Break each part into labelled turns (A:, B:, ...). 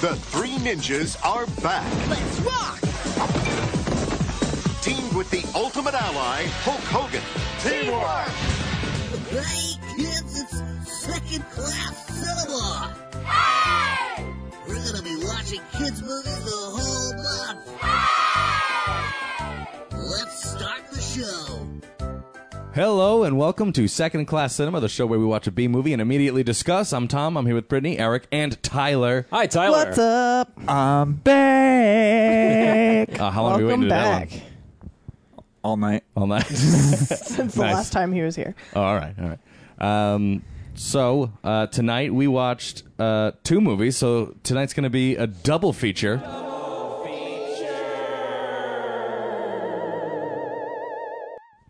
A: The three ninjas are back,
B: Let's rock!
A: teamed with the ultimate ally, Hulk Hogan. Teamwork!
B: Hey kids, it's second class cinema! Hey! We're gonna be watching kids movies the whole month! Let's start the show!
C: Hello and welcome to Second Class Cinema, the show where we watch a B movie and immediately discuss. I'm Tom. I'm here with Brittany, Eric, and Tyler.
D: Hi, Tyler.
E: What's up? I'm back.
C: Uh, how long are we waiting to do
E: Welcome
C: that
E: back.
C: one?
F: all night.
C: All night.
E: Since the
C: Nice.
E: last time he was here.
C: Oh, all right, all right. Um, so uh, tonight we watched uh, two movies. So tonight's going to be a double feature.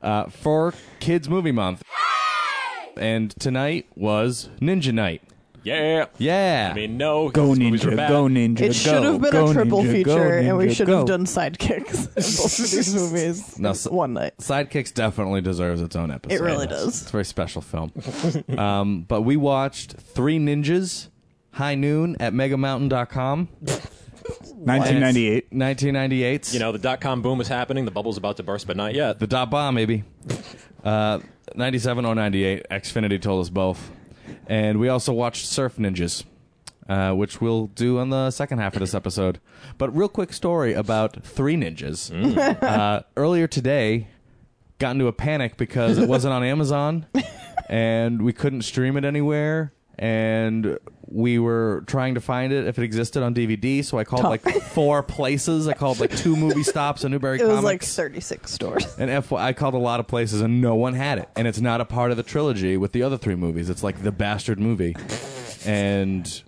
C: Uh, for Kids Movie Month. And tonight was Ninja Night.
D: Yeah.
C: Yeah.
D: I mean, no.
F: Go
D: these movies
F: ninja,
D: were bad.
F: go ninja.
E: It should have been a triple feature, and we should have
F: go.
E: done sidekicks in both of these movies
C: No, so-
E: one night.
C: Sidekicks definitely deserves its own episode.
E: It really
C: It's
E: does.
C: a very special film. um, but we watched Three Ninjas, High Noon at megamountain.com.
F: 1998.
C: 1998.
D: You know, the dot com boom is happening. The bubble's about to burst, but not yet.
C: the dot bomb, maybe. Uh, 97 or 98, Xfinity told us both. And we also watched Surf Ninjas, uh, which we'll do on the second half of this episode. But real quick story about Three Ninjas.
E: Mm.
C: uh, earlier today, got into a panic because it wasn't on Amazon and we couldn't stream it anywhere. And we were trying to find it if it existed on DVD. So I called like four places. I called like two movie stops in Newberry
E: It was
C: Comics.
E: like 36 stores.
C: And FYI, I called a lot of places and no one had it. And it's not a part of the trilogy with the other three movies. It's like the bastard movie. And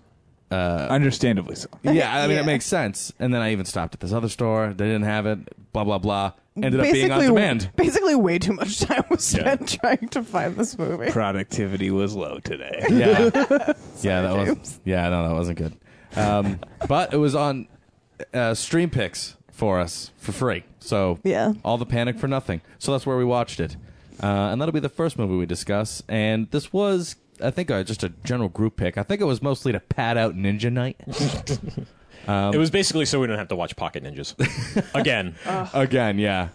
F: Understandably so.
C: yeah, I mean,
E: Yeah.
C: it makes sense. And then I even stopped at this other store. They didn't have it. Blah, blah, blah. Ended up being on demand.
E: basically, way too much time was spent trying to find this movie.
F: Productivity was low today.
C: Yeah. yeah, that was. Yeah, no, that wasn't good. Um, but it was on uh, Stream Picks for us for free. So
E: Yeah.
C: all the panic for nothing. So that's where we watched it, uh, and that'll be the first movie we discuss. And this was, I think, uh, just a general group pick. I think it was mostly to pad out Ninja Night
D: it was basically so we don't have to watch Pocket Ninjas again.
C: Uh, again. Yeah,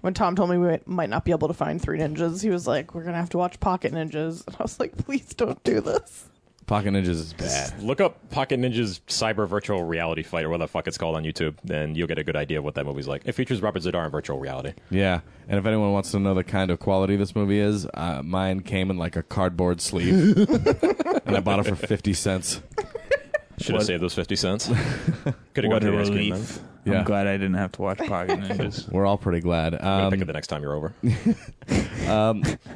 E: When Tom told me we might not be able to find Three Ninjas, he was like, "We're gonna have to watch Pocket Ninjas," and I was like, "Please don't do this."
C: Pocket Ninjas is bad.
D: Look up Pocket Ninjas Cyber Virtual Reality Fight or whatever the fuck it's called on YouTube, and you'll get a good idea of what that movie's like. It features Robert Zadar in virtual reality.
C: Yeah, and if anyone wants to know the kind of quality this movie is, uh, mine came in like a cardboard sleeve, and I bought it for fifty cents.
D: Should have saved those 50 cents. Could have gone
F: What
D: to
F: a
D: the ice cream,
F: relief.
C: Yeah.
F: I'm glad I didn't have to watch Pocket Ninjas.
C: We're all pretty glad.
D: man.
C: Um,
D: Pick it the next time you're over.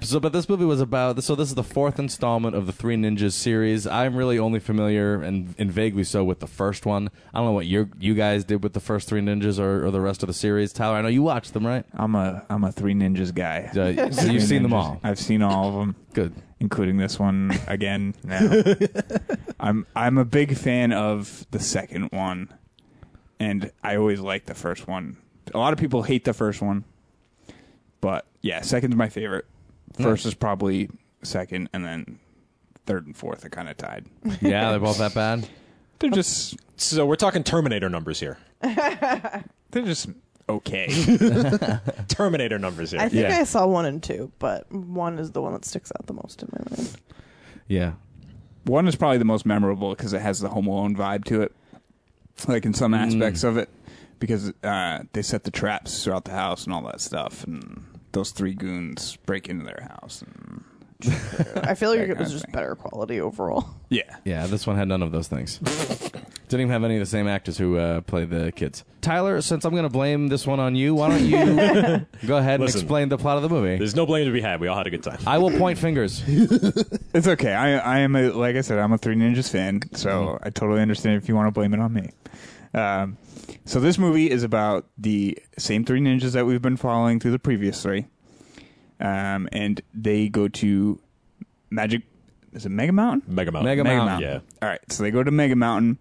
C: So, but this movie was about. So, this is the fourth installment of the Three Ninjas series. I'm really only familiar and, and vaguely so with the first one. I don't know what you you guys did with the first Three Ninjas or, or the rest of the series. Tyler, I know you watched them, right?
F: I'm a I'm a three ninjas guy.
C: Uh, so
F: Three
C: you've seen them
F: Ninjas.
C: all.
F: I've seen all of them,
C: Good.
F: including this one again. Now, I'm I'm a big fan of the second one, and I always like the first one. A lot of people hate the first one, but yeah, second's my favorite.
C: Hmm.
F: First is probably second, and then third and fourth are kind of tied.
C: Yeah, they're both that bad.
F: They're just
D: So we're talking Terminator numbers here.
F: they're just okay.
D: Terminator numbers here.
E: I think
C: Yeah.
E: I saw one and two, but one is the one that sticks out the most in my mind.
C: Yeah.
F: One is probably the most memorable because it has the Home Alone vibe to it, like in some aspects of it, because uh, they set the traps throughout the house and all that stuff, and those three goons break into their house. And,
E: I feel like it was
F: That kind of
E: just
F: thing.
E: better quality overall.
F: yeah,
C: Yeah, this one had none of those things. Didn't even have any of the same actors who uh, play the kids. Tyler, since I'm going to blame this one on you, why don't you go ahead and
D: Listen.
C: explain the plot of the movie?
D: There's no blame to be had. We all had a good time.
C: I will point fingers.
F: it's okay. I I am a, like I said, I'm a Three Ninjas fan, so I totally understand if you want to blame it on me. Um, so this movie is about the same three ninjas that we've been following through the previous three, um, and they go to Magic. Is it Mega Mountain?
D: Mega Mountain.
C: Mega Mountain.
D: Yeah.
F: All right, so they go to Mega Mountain,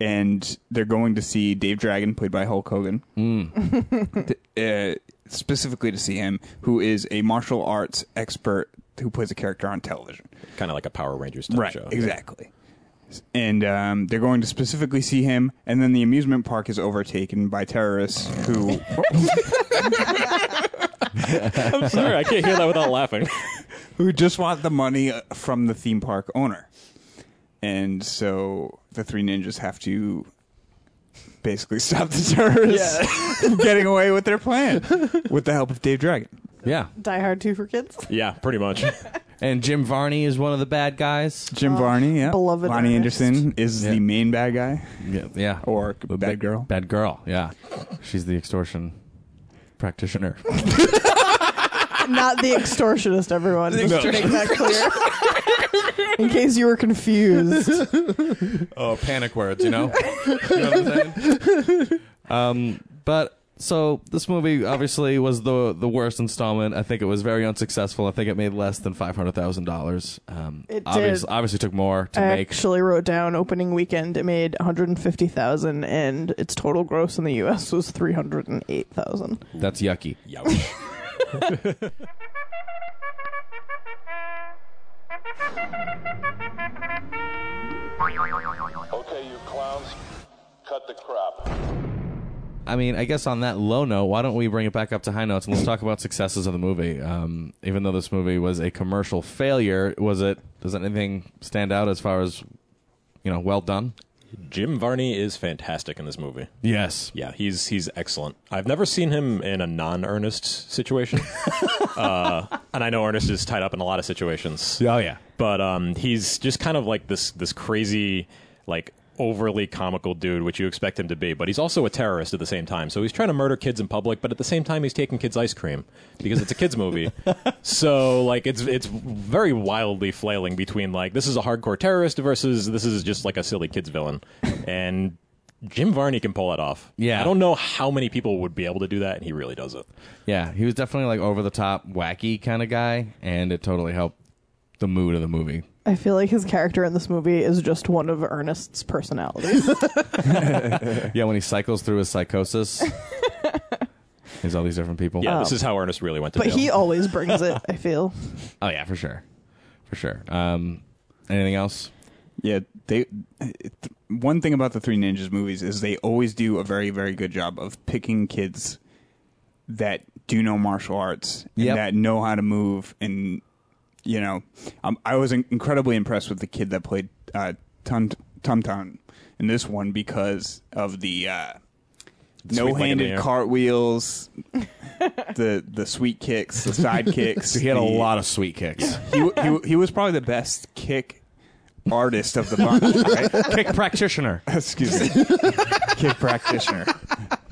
F: and they're going to see Dave Dragon, played by Hulk Hogan,
C: Mm.
F: Th- uh, specifically to see him, who is a martial arts expert who plays a character on television.
D: Kind of like a Power Rangers type show.
F: exactly. and um, they're going to specifically see him. And then the amusement park is overtaken by terrorists who.
D: I'm sorry, I can't hear that without laughing.
F: who just want the money uh, from the theme park owner. And so the three ninjas have to basically stop the terrorists from getting away with their plan with the help of Dave Dragon.
C: Yeah.
E: Die Hard 2 for kids.
D: Yeah, pretty much.
C: And Jim Varney is one of the bad guys.
F: Jim Varney, yeah.
E: beloved
F: Lonnie
E: artist.
F: Anderson is
C: Yeah.
F: the main bad guy
C: Yeah. Yeah.
F: or
C: The
F: bad
C: big-
F: girl.
C: Bad girl. Yeah. She's the extortion practitioner.
E: Not the extortionist, everyone. Just to make that clear. In case you were confused.
C: oh, panic words, you know? You know what I'm saying? um, but so this movie obviously was the the worst installment. I think it was very unsuccessful. I think it made less than five hundred thousand dollars. Um,
E: It
C: obvious-
E: did.
C: obviously took more to
E: I
C: make.
E: actually wrote down opening weekend it made 150,000 and its total gross in the US was 308,000.
C: That's yucky.
D: Youch.
G: Okay, you clowns, cut the crap.
C: I mean, I guess on that low note, why don't we bring it back up to high notes and let's talk about successes of the movie? Um, even though this movie was a commercial failure, was it? Does anything stand out as far as you know? Well done.
D: Jim Varney is fantastic in this movie.
C: Yes.
D: Yeah, he's he's excellent. I've never seen him in a non-Ernest situation, uh, and I know Ernest is tied up in a lot of situations.
C: Oh yeah.
D: but um, he's just kind of like this this crazy, like overly comical dude, which you expect him to be. But he's also a terrorist at the same time. So he's trying to murder kids in public, but at the same time he's taking kids ice cream because it's a kids movie. so like it's it's very wildly flailing between like this is a hardcore terrorist versus this is just like a silly kids villain, and. Jim Varney can pull that off.
C: Yeah.
D: I don't know how many people would be able to do that, and he really does it.
C: Yeah. He was definitely like over the top, wacky kind of guy, and it totally helped the mood of the movie.
E: I feel like his character in this movie is just one of Ernest's personalities.
C: Yeah, when he cycles through his psychosis, there's all these different people.
D: Yeah, this is how Ernest really went to
E: but
D: jail.
E: he always brings it, I feel.
C: Oh yeah, for sure, for sure. Um, anything else?
F: Yeah, they. It, one thing about the Three Ninjas movies is they always do a very, very good job of picking kids that do know martial arts and
C: Yep.
F: that know how to move. And you know, um, I was in- incredibly impressed with the kid that played uh, Tum Tum Tum in this one because of the uh,
D: sweet leg in the
F: no-handed
D: air.
F: cartwheels, the the sweet kicks, the side kicks.
C: He had a
F: the-
C: lot of sweet kicks.
F: He, he he was probably the best kick artist of the bunch, right?
C: Kick practitioner.
F: excuse me, kick practitioner.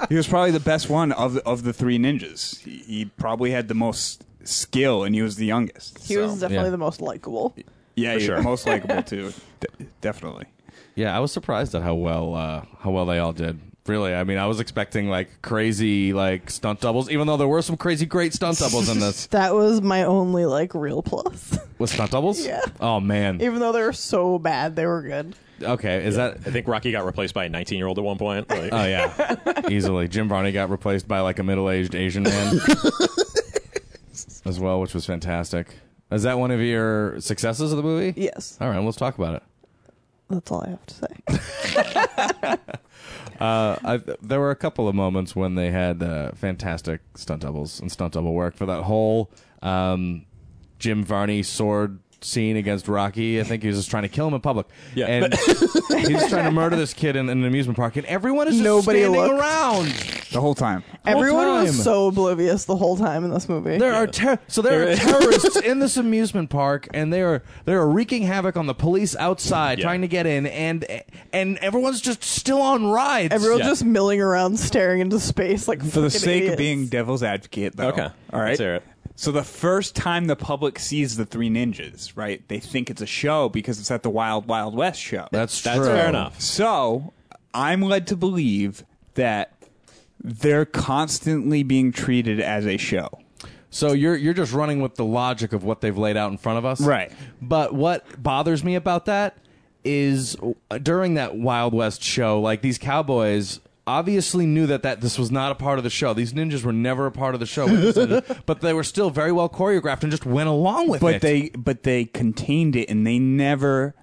F: He was probably the best one of the, of the three ninjas. He, he probably had the most skill, and he was the youngest.
E: He
F: so-
E: was definitely
C: Yeah.
E: the most likable.
F: yeah, he-
D: sure.
F: most likable too, De- definitely.
C: Yeah, I was surprised at how well uh, how well they all did. Really, I mean, I was expecting like crazy like stunt doubles, even though there were some crazy great stunt doubles in this.
E: That was my only like real plus.
C: With stunt doubles?
E: Yeah.
C: Oh man.
E: Even though they were so bad, they were good.
C: Okay, is that?
D: I think Rocky got replaced by a 19 year old at one point. Like,
C: Oh yeah, easily. Jim Varney got replaced by like a middle aged Asian man as well, which was fantastic. Is that one of your successes of the movie?
E: Yes.
C: All right, let's talk about it.
E: That's all I have to say.
C: I, there were a couple of moments when they had uh, fantastic stunt doubles and stunt double work for that whole um, Jim Varney sword scene against Rocky. I think he was just trying to kill him in public.
D: Yeah.
C: and he's trying to murder this kid in, in an amusement park, and everyone is just
E: Nobody
C: standing
E: looked.
C: around.
F: The whole time,
E: Everyone was
C: time.
E: so oblivious the whole time in this movie.
C: There are ter- so there are
D: There-
C: terrorists in this amusement park, and they are they are wreaking havoc on the police outside
D: Yeah.
C: trying to get in, and and everyone's just still on rides.
E: Everyone's
D: Yeah.
E: just milling around, staring into space, like
F: for the sake of being devil's advocate, though.
D: Okay,
F: all right.
D: let's hear it.
F: So the first time the public sees the three ninjas, right? They think it's a show because it's at the Wild Wild West show.
C: that's
D: That's
C: true.
D: fair enough.
F: So I'm led to believe that they're constantly being treated as a show.
C: So you're you're just running with the logic of what they've laid out in front of us,
F: Right.
C: But what bothers me about that is uh, during that Wild West show, like these cowboys obviously knew that, that this was not a part of the show. These ninjas were never a part of the show, with these ninjas, but they were still very well choreographed and just went along with
F: But
C: it.
F: they but they contained it and they never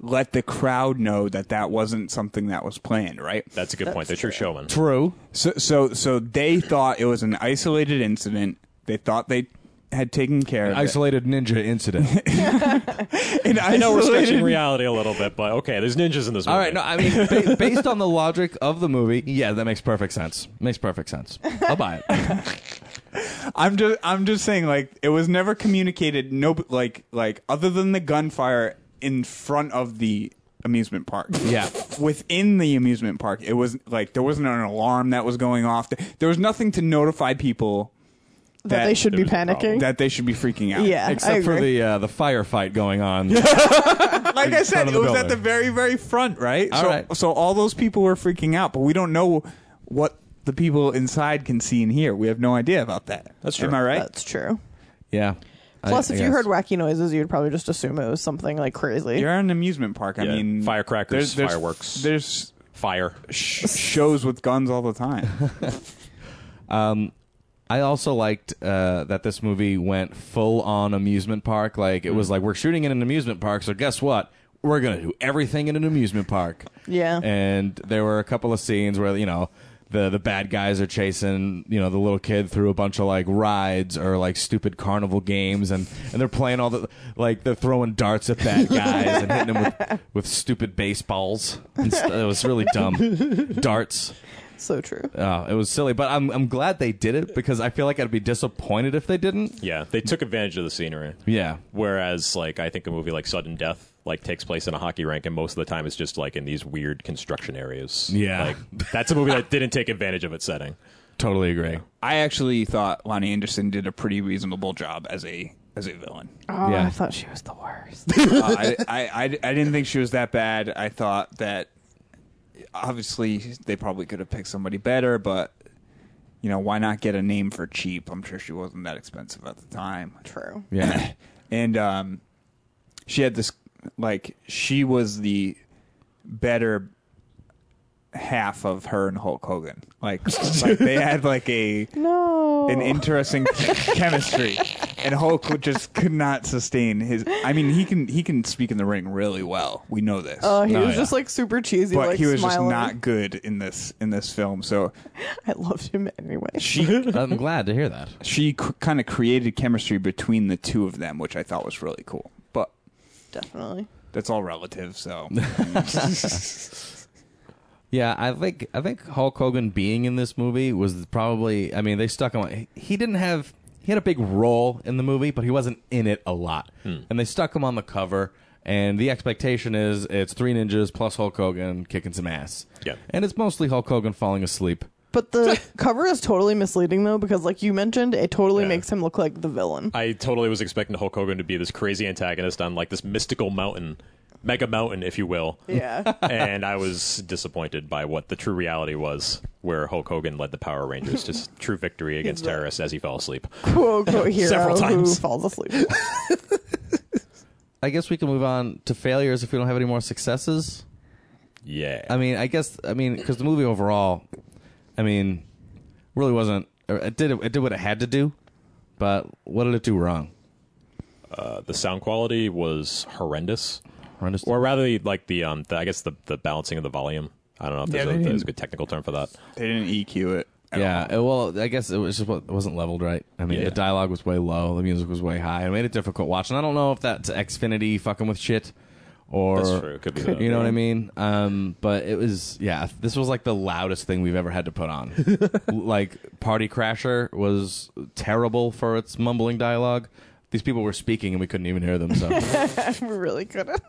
F: let the crowd know that that wasn't something that was planned, right?
D: That's a good point. They're true showmen.
C: True.
F: So, so, so they thought it was an isolated incident. They thought they had taken care of it.
C: Isolated ninja incident.
F: An
D: I know we're stretching
F: isolated-
D: reality a little bit, but okay, there's ninjas in this movie.
C: All right. No, I mean, ba- based on the logic of the movie, yeah, that makes perfect sense. Makes perfect sense. I'll buy it.
F: I'm just, I'm just saying, like it was never communicated. No, like, like other than the gunfire in front of the amusement park.
C: Yeah.
F: Within the amusement park, it was like there wasn't an alarm that was going off. There was nothing to notify people that,
E: they should be
D: there's a problem.
E: panicking.
F: that they should be freaking out.
E: Yeah. I
C: Except for
E: agree.
C: the uh, the firefight going on.
F: like I said,
C: front of
F: it
C: the
F: was
C: building.
F: at the very, very front, right?
C: All
F: so,
C: right.
F: so all those people were freaking out, but we don't know what the people inside can see and hear. We have no idea about that.
D: That's true.
F: Am I right?
E: That's true.
C: Yeah. I-
E: Plus,
C: I
E: if you
C: guess.
E: heard wacky noises, you'd probably just assume it was something like crazy.
F: You're in an amusement park. I
D: Yeah,
F: mean,
D: firecrackers,
F: there's- there's-
D: fireworks.
F: There's
D: Fire.
F: sh- shows with guns all the time.
C: I also liked uh, that this movie went full on amusement park. Like it
E: Mm.
C: was like we're shooting in an amusement park, so guess what? We're gonna do everything in an amusement park.
E: Yeah.
C: And there were a couple of scenes where you know the the bad guys are chasing you know the little kid through a bunch of like rides or like stupid carnival games, and and they're playing all the like they're throwing darts at bad guys and hitting them with with stupid baseballs. And st- it was really dumb. Darts.
E: So true.
F: Uh,
C: Oh, it was silly, but I'm I'm glad they did it because I feel like I'd be disappointed if they didn't.
D: Yeah, they took advantage of the scenery.
C: Yeah.
D: Whereas, like, I think a movie like Sudden Death like takes place in a hockey rink, and most of the time it's just like in these weird construction areas.
C: Yeah.
D: like that's a movie that didn't take advantage of its setting.
C: Totally agree.
F: I actually thought Lonnie Anderson did a pretty reasonable job as a as a villain.
E: Oh,
C: Yeah.
E: I thought she was the worst.
F: Uh, I, I, I, I didn't think she was that bad. I thought that obviously they probably could have picked somebody better, but you know why not get a name for cheap? I'm sure she wasn't that expensive at the time.
E: true.
C: Yeah.
F: And um, she had this like she was the better half of her and Hulk Hogan. Like, like they had like a
E: No.
F: an interesting chemistry. And Hulk would just could not sustain his. I mean, he can he can speak in the ring really well. We know this,
E: Oh, he
C: No,
E: was
C: yeah.
E: just like super cheesy,
F: but
E: like
F: he was
E: smiling.
F: just not good in this in this film. So
E: I loved him anyway.
F: she
C: I'm glad to hear that.
F: she c- kind of created chemistry between the two of them, which I thought was really cool. But
E: Definitely.
F: that's all relative. So
C: Yeah, I think I think Hulk Hogan being in this movie was probably I mean, they stuck him he didn't have he had a big role in the movie, but he wasn't in it a lot. And they stuck him on the cover and the expectation is it's three ninjas plus Hulk Hogan kicking some ass.
D: Yeah.
C: And it's mostly Hulk Hogan falling asleep.
E: But the cover is totally misleading though, because like you mentioned, it totally
D: Yeah.
E: makes him look like the villain.
D: I totally was expecting Hulk Hogan to be this crazy antagonist on like this mystical mountain, mega mountain, if you will.
E: yeah.
D: and I was disappointed by what the true reality was, where Hulk Hogan led the Power Rangers to s- true victory against
E: the-
D: terrorists as he fell asleep.
E: Quote unquote hero
D: Several
E: who
D: times.
E: falls asleep.
C: I guess we can move on to failures if we don't have any more successes.
D: Yeah,
C: I mean, I guess I mean because the movie overall, I mean, really wasn't. or It did it did what it had to do, but what did it do wrong?
D: Uh, the sound quality was horrendous.
C: Horrendous.
D: or rather like the um the, i guess the, the balancing of the volume i don't know if there's,
F: Yeah,
D: a,
F: they
D: there's a
F: didn't-
D: good technical term for that
F: they didn't EQ it. at
C: yeah.
F: all.
C: uh, Well, I guess it was just what it wasn't leveled right. I mean,
D: Yeah.
C: the dialogue was way low, the music was way high. It made it difficult watching. I don't know if that's Xfinity fucking with shit, or
D: That's true. It could be that.
C: You know what I mean? Um, but it was yeah. This was like the loudest thing we've ever had to put on. like Party Crasher was terrible for its mumbling dialogue. These people were speaking and we couldn't even hear them, so it
E: we really couldn't.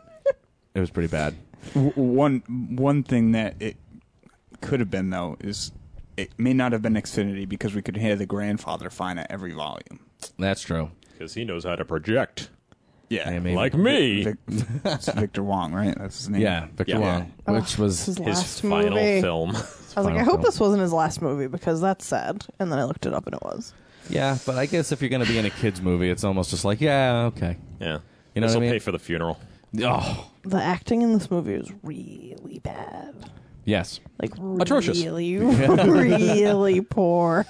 C: was pretty bad.
F: W- one one thing that it could have been though is it may not have been Xfinity because we could hear the grandfather fine at every volume.
C: That's true.
D: because he knows how to project
F: Yeah,
C: I mean-
D: like me
F: Vic, it's Victor Wong, right? That's his name.
C: Yeah, Victor
D: Yeah.
C: Wong, which was
E: his
D: his
E: last
D: final
E: movie.
D: film
E: I was like,
C: final
E: I hope
C: film.
E: this wasn't his last movie because that's sad. And then I looked it up and it was.
C: yeah. But I guess if you're gonna be in a kids movie, it's almost just like yeah, okay.
D: yeah
C: You know what
D: this
C: I
D: will
C: mean?
D: pay for the funeral
C: Oh
E: The acting in this movie was really bad.
C: yes.
E: Like
D: Atrocious.
E: really, really poor.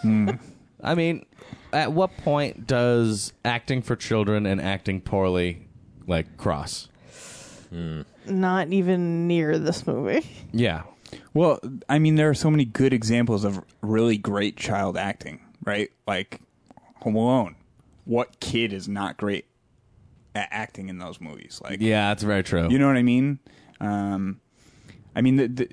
C: I mean, at what point does acting for children and acting poorly like cross?
E: not even near this movie.
C: Yeah.
F: Well, I mean, there are so many good examples of really great child acting, right? Like Home Alone. What kid is not great at acting in those movies? Like,
C: Yeah, that's very true.
F: you know what I mean? Um, I mean, the, the,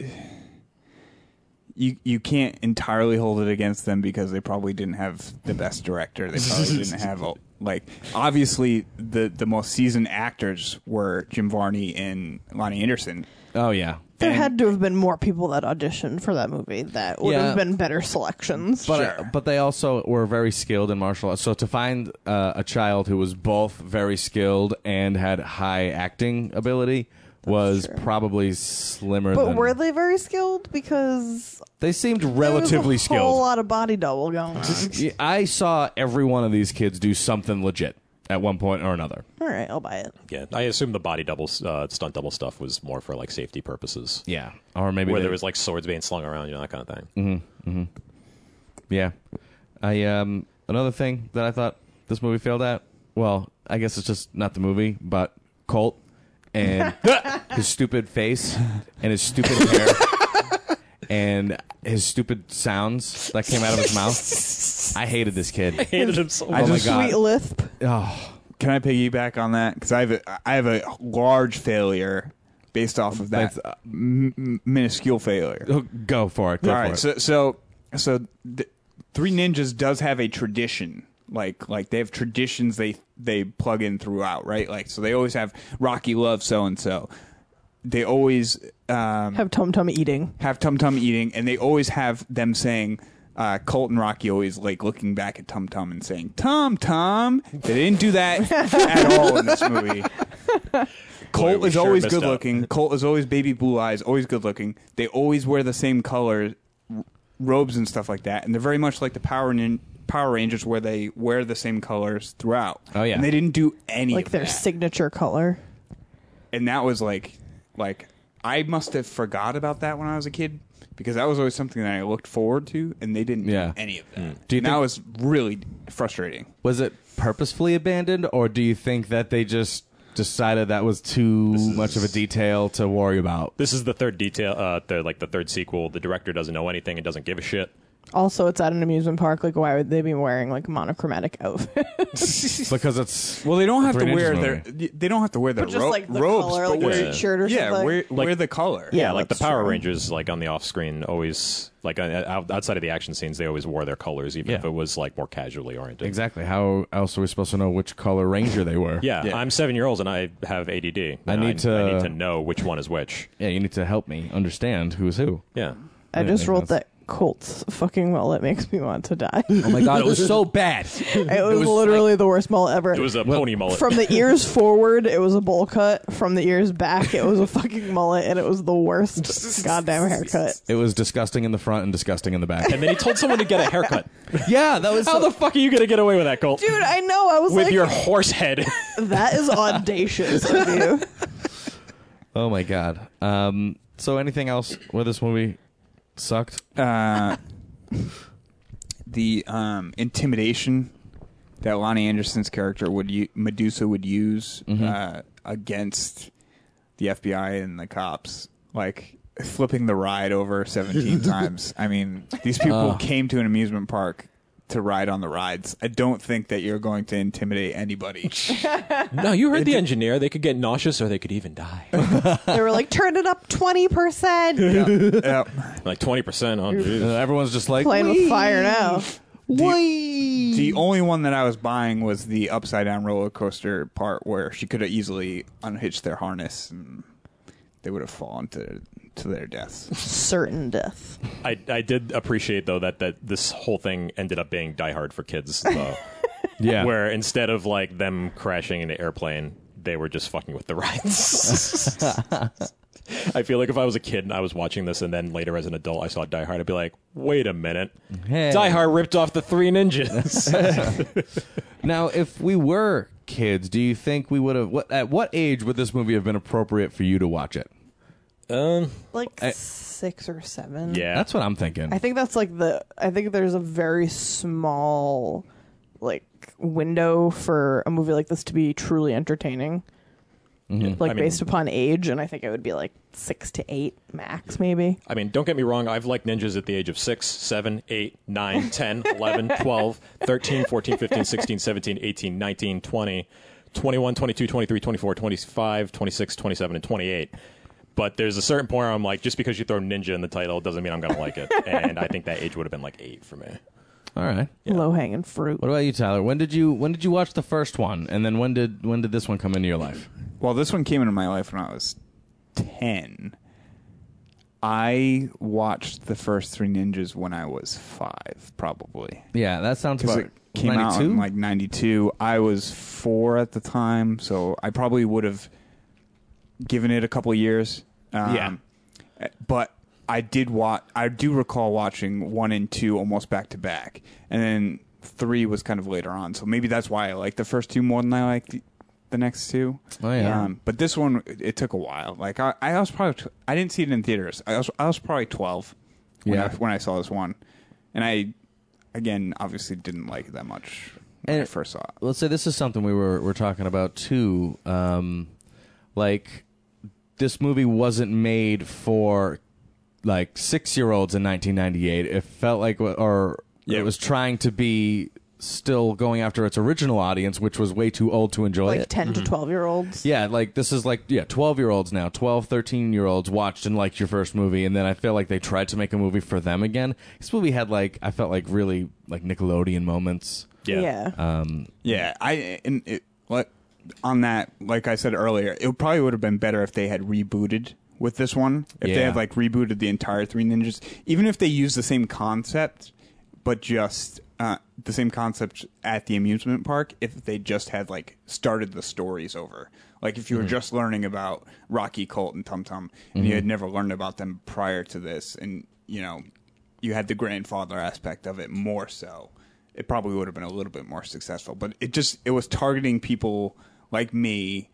F: you you can't entirely hold it against them because they probably didn't have the best director. They probably didn't have a, like obviously the the most seasoned actors were Jim Varney and Lonnie Anderson.
C: oh yeah.
E: There
F: And-
E: had to have been more people that auditioned for that movie that would
C: Yeah.
E: have been better selections.
C: But but they also were very skilled in martial arts. So to find uh, a child who was both very skilled and had high acting ability was probably slimmer.
E: But
C: than,
E: were they very skilled? Because
C: They seemed
E: there was
C: relatively
E: a
C: skilled.
E: whole lot of body double going on.
C: Yeah, I saw every one of these kids do something legit at one point or another.
E: All right, I'll buy it.
D: Yeah, I assume the body double, uh, stunt double stuff was more for like safety purposes,
C: Yeah, or maybe
D: where
C: they-
D: there was like swords being slung around, you know, that kind of thing.
C: yeah. I um another thing that I thought this movie failed at. Well, I guess it's just not the movie, but Colt and his stupid face and his stupid hair and his stupid sounds that came out of his mouth. I hated this kid.
D: Hated him so
F: I
C: oh
F: just-
C: my god.
E: Sweet lisp.
C: Oh,
F: Can I piggyback on that? Because I have a, I have a large failure based off of that
C: That's, uh,
F: m- m- minuscule failure.
C: oh, go for it. Go
F: All
C: for
F: right,
C: it.
F: so so so th- Three Ninjas does have a tradition. Like like they have traditions they they plug in throughout, right? Like so they always have Rocky love so and so. They always um,
E: Have Tum Tum eating.
F: have Tum Tum eating, and they always have them saying. Uh, Colt and Rocky always like looking back at Tum Tum and saying Tum Tum. They didn't do that at all in this movie. Colt
D: we
F: is
D: sure
F: always
D: missed out.
F: good looking. Colt is always baby blue eyes, always good looking. They always wear the same color r- robes and stuff like that, and they're very much like the Power Nin- Power Rangers, where they wear the same colors throughout.
C: Oh, yeah.
F: and they didn't do any
E: Like
F: of
E: their
F: that.
E: signature color.
F: and that was like, like I must have forgot about that when I was a kid because that was always something that I looked forward to, and they didn't
C: Yeah.
F: do any of that.
C: Do you
F: and that
C: think-
F: was really frustrating.
C: Was it purposefully abandoned, or do you think that they just decided that was too much of a detail to worry about?
D: This is the third detail, uh, the, like the third sequel. The director doesn't know anything and doesn't give a shit.
E: Also, it's at an amusement park. Like, why would they be wearing like monochromatic outfits?
C: Because it's
F: Well, they don't have
C: Three
F: to
C: Ninjas
F: wear
C: movie.
F: their they don't have to wear their
E: But just,
F: ro-
E: like, the
F: robes,
E: color,
F: but
E: like,
F: wear-
E: their shirt or
F: yeah,
E: something.
F: wear,
D: Like-
F: wear the color.
E: Yeah,
D: Yeah, like the
E: that's
D: Power
E: true.
D: Rangers, like on the off screen, always like uh, out- outside of the action scenes, they always wore their colors, even
C: Yeah.
D: if it was like more casually oriented.
C: exactly how else are we supposed to know which color ranger they were?
D: Yeah,
F: Yeah.
D: I'm seven year olds and I have ADD.
C: I
D: and
C: need to-
D: I need to know which one is which.
C: yeah. You need to help me understand who's who.
D: Yeah.
E: I
C: Yeah,
E: just
C: it
E: rolled
C: does.
E: that Colts fucking mullet makes me want to die.
C: Oh my god, it was so bad.
E: It was, literally the worst mullet ever.
D: It was a pony mullet.
E: From the ears forward, it was a bowl cut. From the ears back, it was a fucking mullet, and it was the worst goddamn haircut.
C: It was disgusting in the front and disgusting in the back.
D: and then he told someone to get a haircut.
C: yeah, that was
D: How the fuck are you going to get away with that, Colt?
E: Dude, I know. I was
D: with
E: like,
D: your horse head.
E: that is audacious of you.
C: oh my god. Um. So anything else where this movie sucked?
F: uh, the um, intimidation that Lonnie Anderson's character would u- Medusa would use uh, against the FBI and the cops, like flipping the ride over seventeen times. I mean, these people came to an amusement park to ride on the rides. I don't think that you're going to intimidate anybody.
D: no, you heard the engineer. They could get nauseous or they could even die.
E: They were like, turn it up twenty percent.
F: Yeah.
D: like 20%. Oh,
C: Uh,
D: geez.
C: everyone's just like,
E: Playing with fire now.
F: The, the only one that I was buying was the upside down roller coaster part where she could have easily unhitched their harness and they would have fallen to to their deaths.
E: Certain death.
D: I, I did appreciate, though, that, that this whole thing ended up being Die Hard for kids, though.
C: yeah.
D: Where instead of like them crashing into airplane, they were just fucking with the rides. I feel like if I was a kid and I was watching this, and then later as an adult I saw Die Hard, I'd be like, "Wait a minute,
C: Hey.
D: Die Hard ripped off the Three Ninjas."
C: Now, if we were kids, do you think we would have? What at what age would this movie have been appropriate for you to watch it?
D: um,
E: Like
C: I-
E: six or seven.
D: yeah,
C: That's what I'm thinking.
E: I think that's like the I think there's a very small like window for a movie like this to be truly entertaining. like
C: Mm-hmm.
D: I mean-
E: based upon age, and I think it would be like six to eight max, maybe.
D: I mean, don't get me wrong. I've liked ninjas at the age of 6, 7, 8, 9, 10, 11, 12, 13, 14, 15, 16, 17, 18, 19, 20, 21, 22, 23, 24, 25, 26, 27, and 28. But there's a certain point where I'm like, just because you throw ninja in the title doesn't mean I'm going to like it. And I think that age would have been like 8 for me.
C: All right.
E: Low hanging fruit.
C: What about you, Tyler? When did you when did you watch the first one, and then when did when did this one come into your life?
F: Well, this one came into my life when I was 10. I watched the first three ninjas when I was five, probably.
C: Yeah, that sounds
F: Because
C: about
F: it came out
C: 92?
F: in like 92. I was four at the time, so I probably would have given it a couple years. Um,
C: Yeah.
F: But I did watch, I do recall watching one and two almost back to back. And then three was kind of later on. So maybe that's why I liked the first two more than I liked the, the next two.
C: Oh, yeah.
F: Um, but this one, it, it took a while. Like I, I was probably, tw- I didn't see it in theaters. I was, I was probably 12 when,
C: Yeah.
F: I, when I saw this one. And I, again, obviously didn't like it that much when
C: And
F: I
C: it-
F: first saw it.
C: let's say this is something we were we're talking about too. Um, like this movie wasn't made for like six year olds in 1998. It felt like wha- or
F: Yeah.
C: it was trying to be still going after its original audience, which was way too old to enjoy
E: Like
C: it.
E: 10 to 12 year olds.
C: yeah, like this is like yeah, 12 year olds now, 12, 13 year olds watched and liked your first movie and then I feel like they tried to make a movie for them again. This movie had like I felt like really like Nickelodeon moments.
E: Yeah.
C: Uh,
F: Yeah, I and it, like on that, like I said earlier, it probably would have been better if they had rebooted with this one. If they
C: Yeah.
F: had like rebooted the entire Three Ninjas, even if they used the same concept, but just uh, the same concept at the amusement park. If they just had like started the stories over, like if you were just learning about Rocky Colt and Tum Tum, and you had never learned about them prior to this, and you know. You had the grandfather aspect of it more so it probably would have been a little bit more successful. But it just it was targeting people like me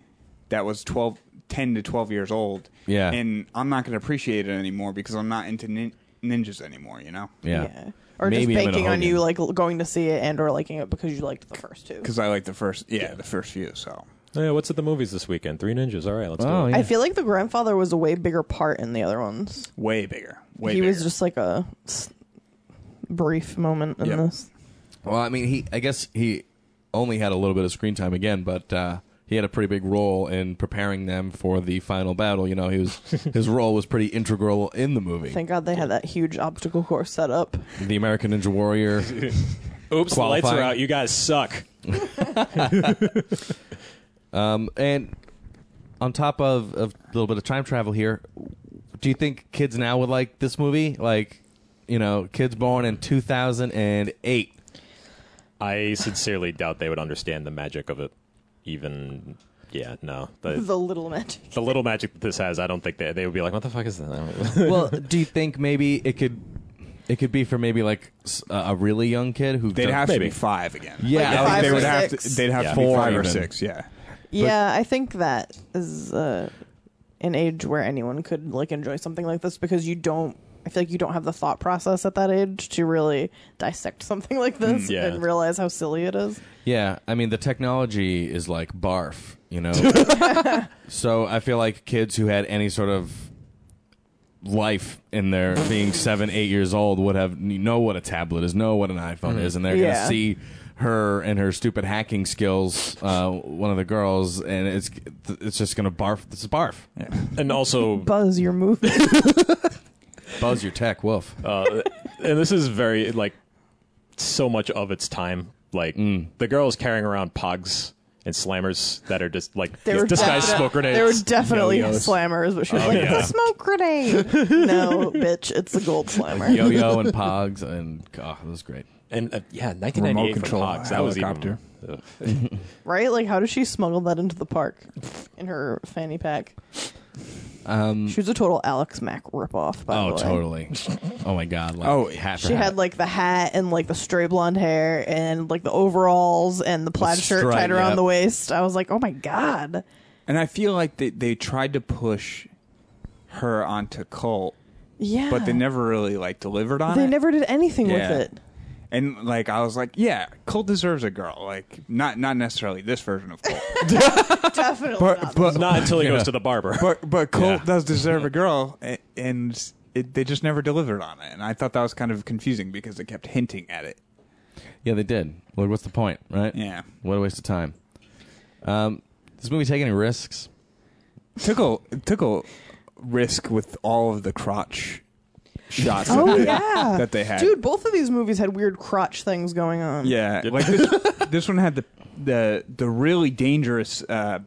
F: that was 12, 10 to 12 years old.
C: Yeah.
F: And I'm not going to appreciate it anymore because I'm not into nin- ninjas anymore, you know?
C: Yeah.
E: Or
C: Maybe
E: just
C: Amanda
E: banking on you,
C: Hogan.
E: like l- going to see it and or liking it because you liked the first two.
F: Because I like the first, yeah, the first few, so.
D: Oh, Yeah, what's at the movies this weekend? Three ninjas. All right, let's
C: Oh,
D: do it.
C: yeah.
E: I feel like the grandfather was a way bigger part in the other ones.
F: Way bigger. Way
E: he
F: bigger.
E: was just like a s- brief moment in
F: Yep.
E: this.
C: Well, I mean, he I guess he only had a little bit of screen time again, but uh, he had a pretty big role in preparing them for the final battle. You know, he was his role was pretty integral in the movie.
E: Thank God they had that huge obstacle course set up.
C: the American Ninja Warrior.
D: Oops, the lights are
C: Qualifying.
D: out. You guys suck.
C: um, and on top of of a little bit of time travel here, do you think kids now would like this movie? Like, you know, kids born in 2008.
D: I sincerely doubt they would understand the magic of it. Even, yeah, no. The-
E: The little magic.
D: the little magic that this has, I don't think they, they would be like, what the fuck is that?
C: Well, do you think maybe it could it could be for maybe like s- a a really young kid who
F: They'd
C: don't-
F: have to
D: Maybe.
F: be five again.
C: Yeah,
E: Like
F: I think
E: five
F: they
E: or
F: would have
E: six.
F: to, they'd have
D: Yeah.
F: to be
C: Four
F: five or
C: even.
F: six, yeah.
E: yeah, I think that is uh, an age where anyone could like enjoy something like this because you don't. I feel like you don't have the thought process at that age to really dissect something like this
D: Mm, yeah.
E: and realize how silly it is.
C: Yeah, I mean the technology is like barf, you know. so I feel like kids who had any sort of life in their being seven, eight years old would have know what a tablet is, know what an iPhone is, and they're
E: Yeah.
C: gonna see her and her stupid hacking skills. Uh, one of the girls, and it's it's just gonna barf. This is barf.
D: and also,
E: Buzz, your movie.
C: Buzz your tech, woof.
D: uh, and this is very, like, so much of its time. Like, the girl is carrying around pogs and slammers that are just, like,
E: They were
D: this guy's
E: definite-
D: smoke grenades.
E: They were definitely
D: yo-yos.
E: slammers, but she was like,
D: Oh, yeah.
E: "It's a smoke grenade." no, bitch, it's a gold slammer.
C: Yo yo and pogs and oh, that was great.
D: And, uh, yeah,
F: Remote
D: 1998 for
F: control
D: pogs. That was even...
F: helicopter.
D: Ugh.
E: Right? Like, how does she smuggle that into the park in her fanny pack? Um, she was a total Alex Mack ripoff. By
C: Oh,
E: the way.
C: totally. Oh my god. Like,
F: Oh,
C: hat for
E: She
C: hat.
E: had like the hat and like the stray blonde hair and like the overalls and the plaid shirt
C: stripe,
E: tied around
C: yeah.
E: the waist. I was like, oh my god.
F: And I feel like they, they tried to push her onto Colt,
E: Yeah.
F: but they never really like delivered on
E: They
F: it.
E: never did anything
F: Yeah.
E: with it.
F: And like I was like, yeah, Cole deserves a girl. Like not not necessarily this version of Cole,
E: Definitely.
F: but
E: not.
F: but
D: Not until he
C: Yeah.
D: goes to the barber.
F: but but Cole does deserve a girl, a- and it, they just never delivered on it. And I thought that was kind of confusing because they kept hinting at it.
C: Yeah, they did. Like, what's the point, right?
F: Yeah.
C: What a waste of time. Um, this movie take any risks?
F: Took a took a risk with all of the crotch shots.
E: Oh
F: that they-
E: yeah,
F: that they had.
E: Dude, both of these movies had weird crotch things going on.
F: Yeah, like this, this one had the the the really dangerous uh,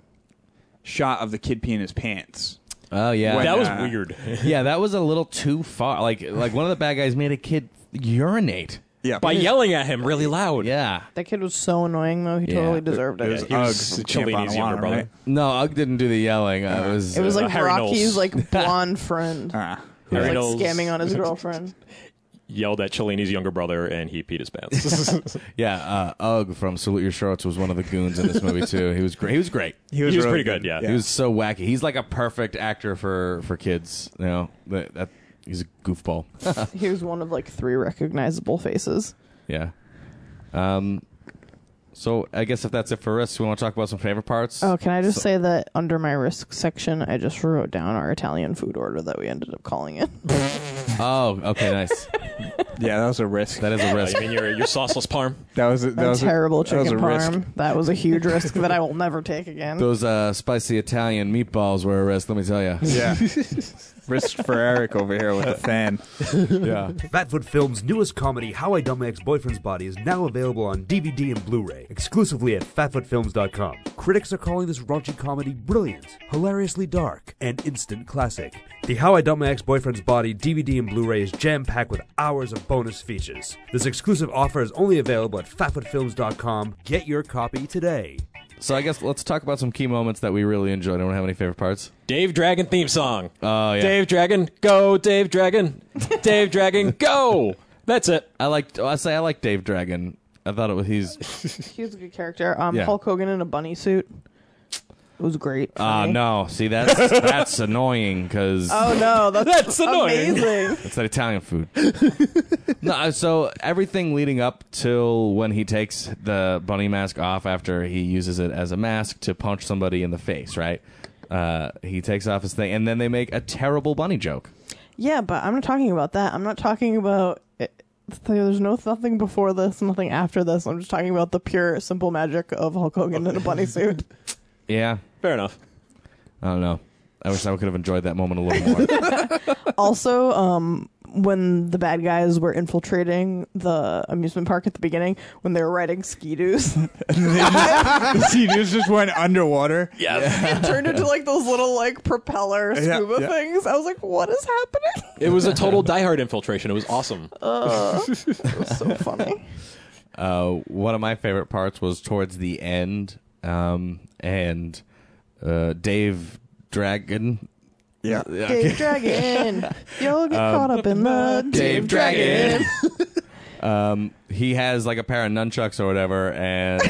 F: shot of the kid peeing his pants.
C: Oh yeah,
F: When,
D: that was
F: uh,
D: weird.
C: yeah, that was a little too far. Like like one of the bad guys made a kid urinate.
F: Yeah,
D: By yelling at him really loud.
C: Yeah.
E: That kid was so annoying though. He
C: Yeah.
E: totally deserved it.
F: It was
D: he was
F: Uggs,
D: Cellini's
F: Camp
D: younger
F: Adelana,
D: brother.
F: right?
C: No, Ugg didn't do the yelling. Uh, it was
E: It was
D: Uh,
E: like
D: Harry Knowles.
E: Rocky's like blonde friend
F: Ah.
E: who was
D: Harry
E: like
D: Knowles
E: scamming on his girlfriend.
D: Yelled at Cellini's younger brother, and he peed his pants.
C: yeah. Uh, Ugg from Salute Your Shorts was one of the goons in this movie too. He was great. He was great.
F: He
D: He was
F: really
D: pretty good, yeah.
C: He was so wacky. He's like a perfect actor for for kids. You know that, that he's a goofball.
E: He was one of like three recognizable faces.
C: yeah. Um. So I guess if that's it for risks, we want to talk about some favorite parts.
E: Oh, can I just say that under my risk section, I just wrote down our Italian food order that we ended up calling it.
C: Oh, okay, nice.
F: Yeah, that was a risk.
C: That is a risk.
D: I mean, your, your sauceless parm.
F: That was a, that
E: A
F: was a-
E: terrible
F: that was
E: chicken
F: a risk.
E: parm. That was a huge risk that I will never take again.
C: Those uh, spicy Italian meatballs were a risk. Let me tell you.
F: Yeah, risk for Eric over here with the fan.
C: yeah.
H: Fatfoot Films' newest comedy, How I Dumped My Ex-Boyfriend's Body, is now available on DVD and Blu-ray, exclusively at fatfootfilms.com. Critics are calling this raunchy comedy brilliant, hilariously dark, and instant classic. The How I Dumped My Ex-Boyfriend's Body DVD and Blu-ray is jam-packed with hours of bonus features. This exclusive offer is only available at fatfootfilms.com. Get your copy today.
C: So I guess let's talk about some key moments that we really enjoyed. Anyone have any favorite parts?
D: Dave Dragon theme song.
C: Oh, yeah.
D: Dave Dragon, go, Dave Dragon. Dave Dragon, go. That's it.
C: I liked. I say I like Dave Dragon. I thought it was he's.
E: He was a good character. Um,
C: Yeah.
E: Hulk Hogan in a bunny suit. It was great. for
C: Ah
E: me.
C: no, see that's that's annoying because
E: Oh no, that's,
D: That's annoying.
E: amazing.
C: it's that Italian food. no, uh, so everything leading up till when he takes the bunny mask off after he uses it as a mask to punch somebody in the face, right? Uh, he takes off his thing, and then they make a terrible bunny joke.
E: yeah, but I'm not talking about that. I'm not talking about. It. There's no nothing before this, nothing after this. I'm just talking about the pure, simple magic of Hulk Hogan in a bunny suit.
C: Yeah,
D: Fair enough.
C: I don't know. I wish I could have enjoyed that moment a little more.
E: also, um, when the bad guys were infiltrating the amusement park at the beginning, when they were riding skidoos,
F: the CDs just went underwater.
E: it turned into like those little like propeller
F: Yeah,
E: scuba
F: yeah.
E: things. I was like, what is happening?
D: It was a total diehard infiltration. It was awesome.
E: It was so funny.
C: Uh, one of my favorite parts was towards the end, um, and uh, Dave Dragon.
F: Yeah,
E: Dave Dragon, you'll get
F: Um,
E: caught up in the
C: Dave Dragon. um, he has like a pair of nunchucks or whatever, and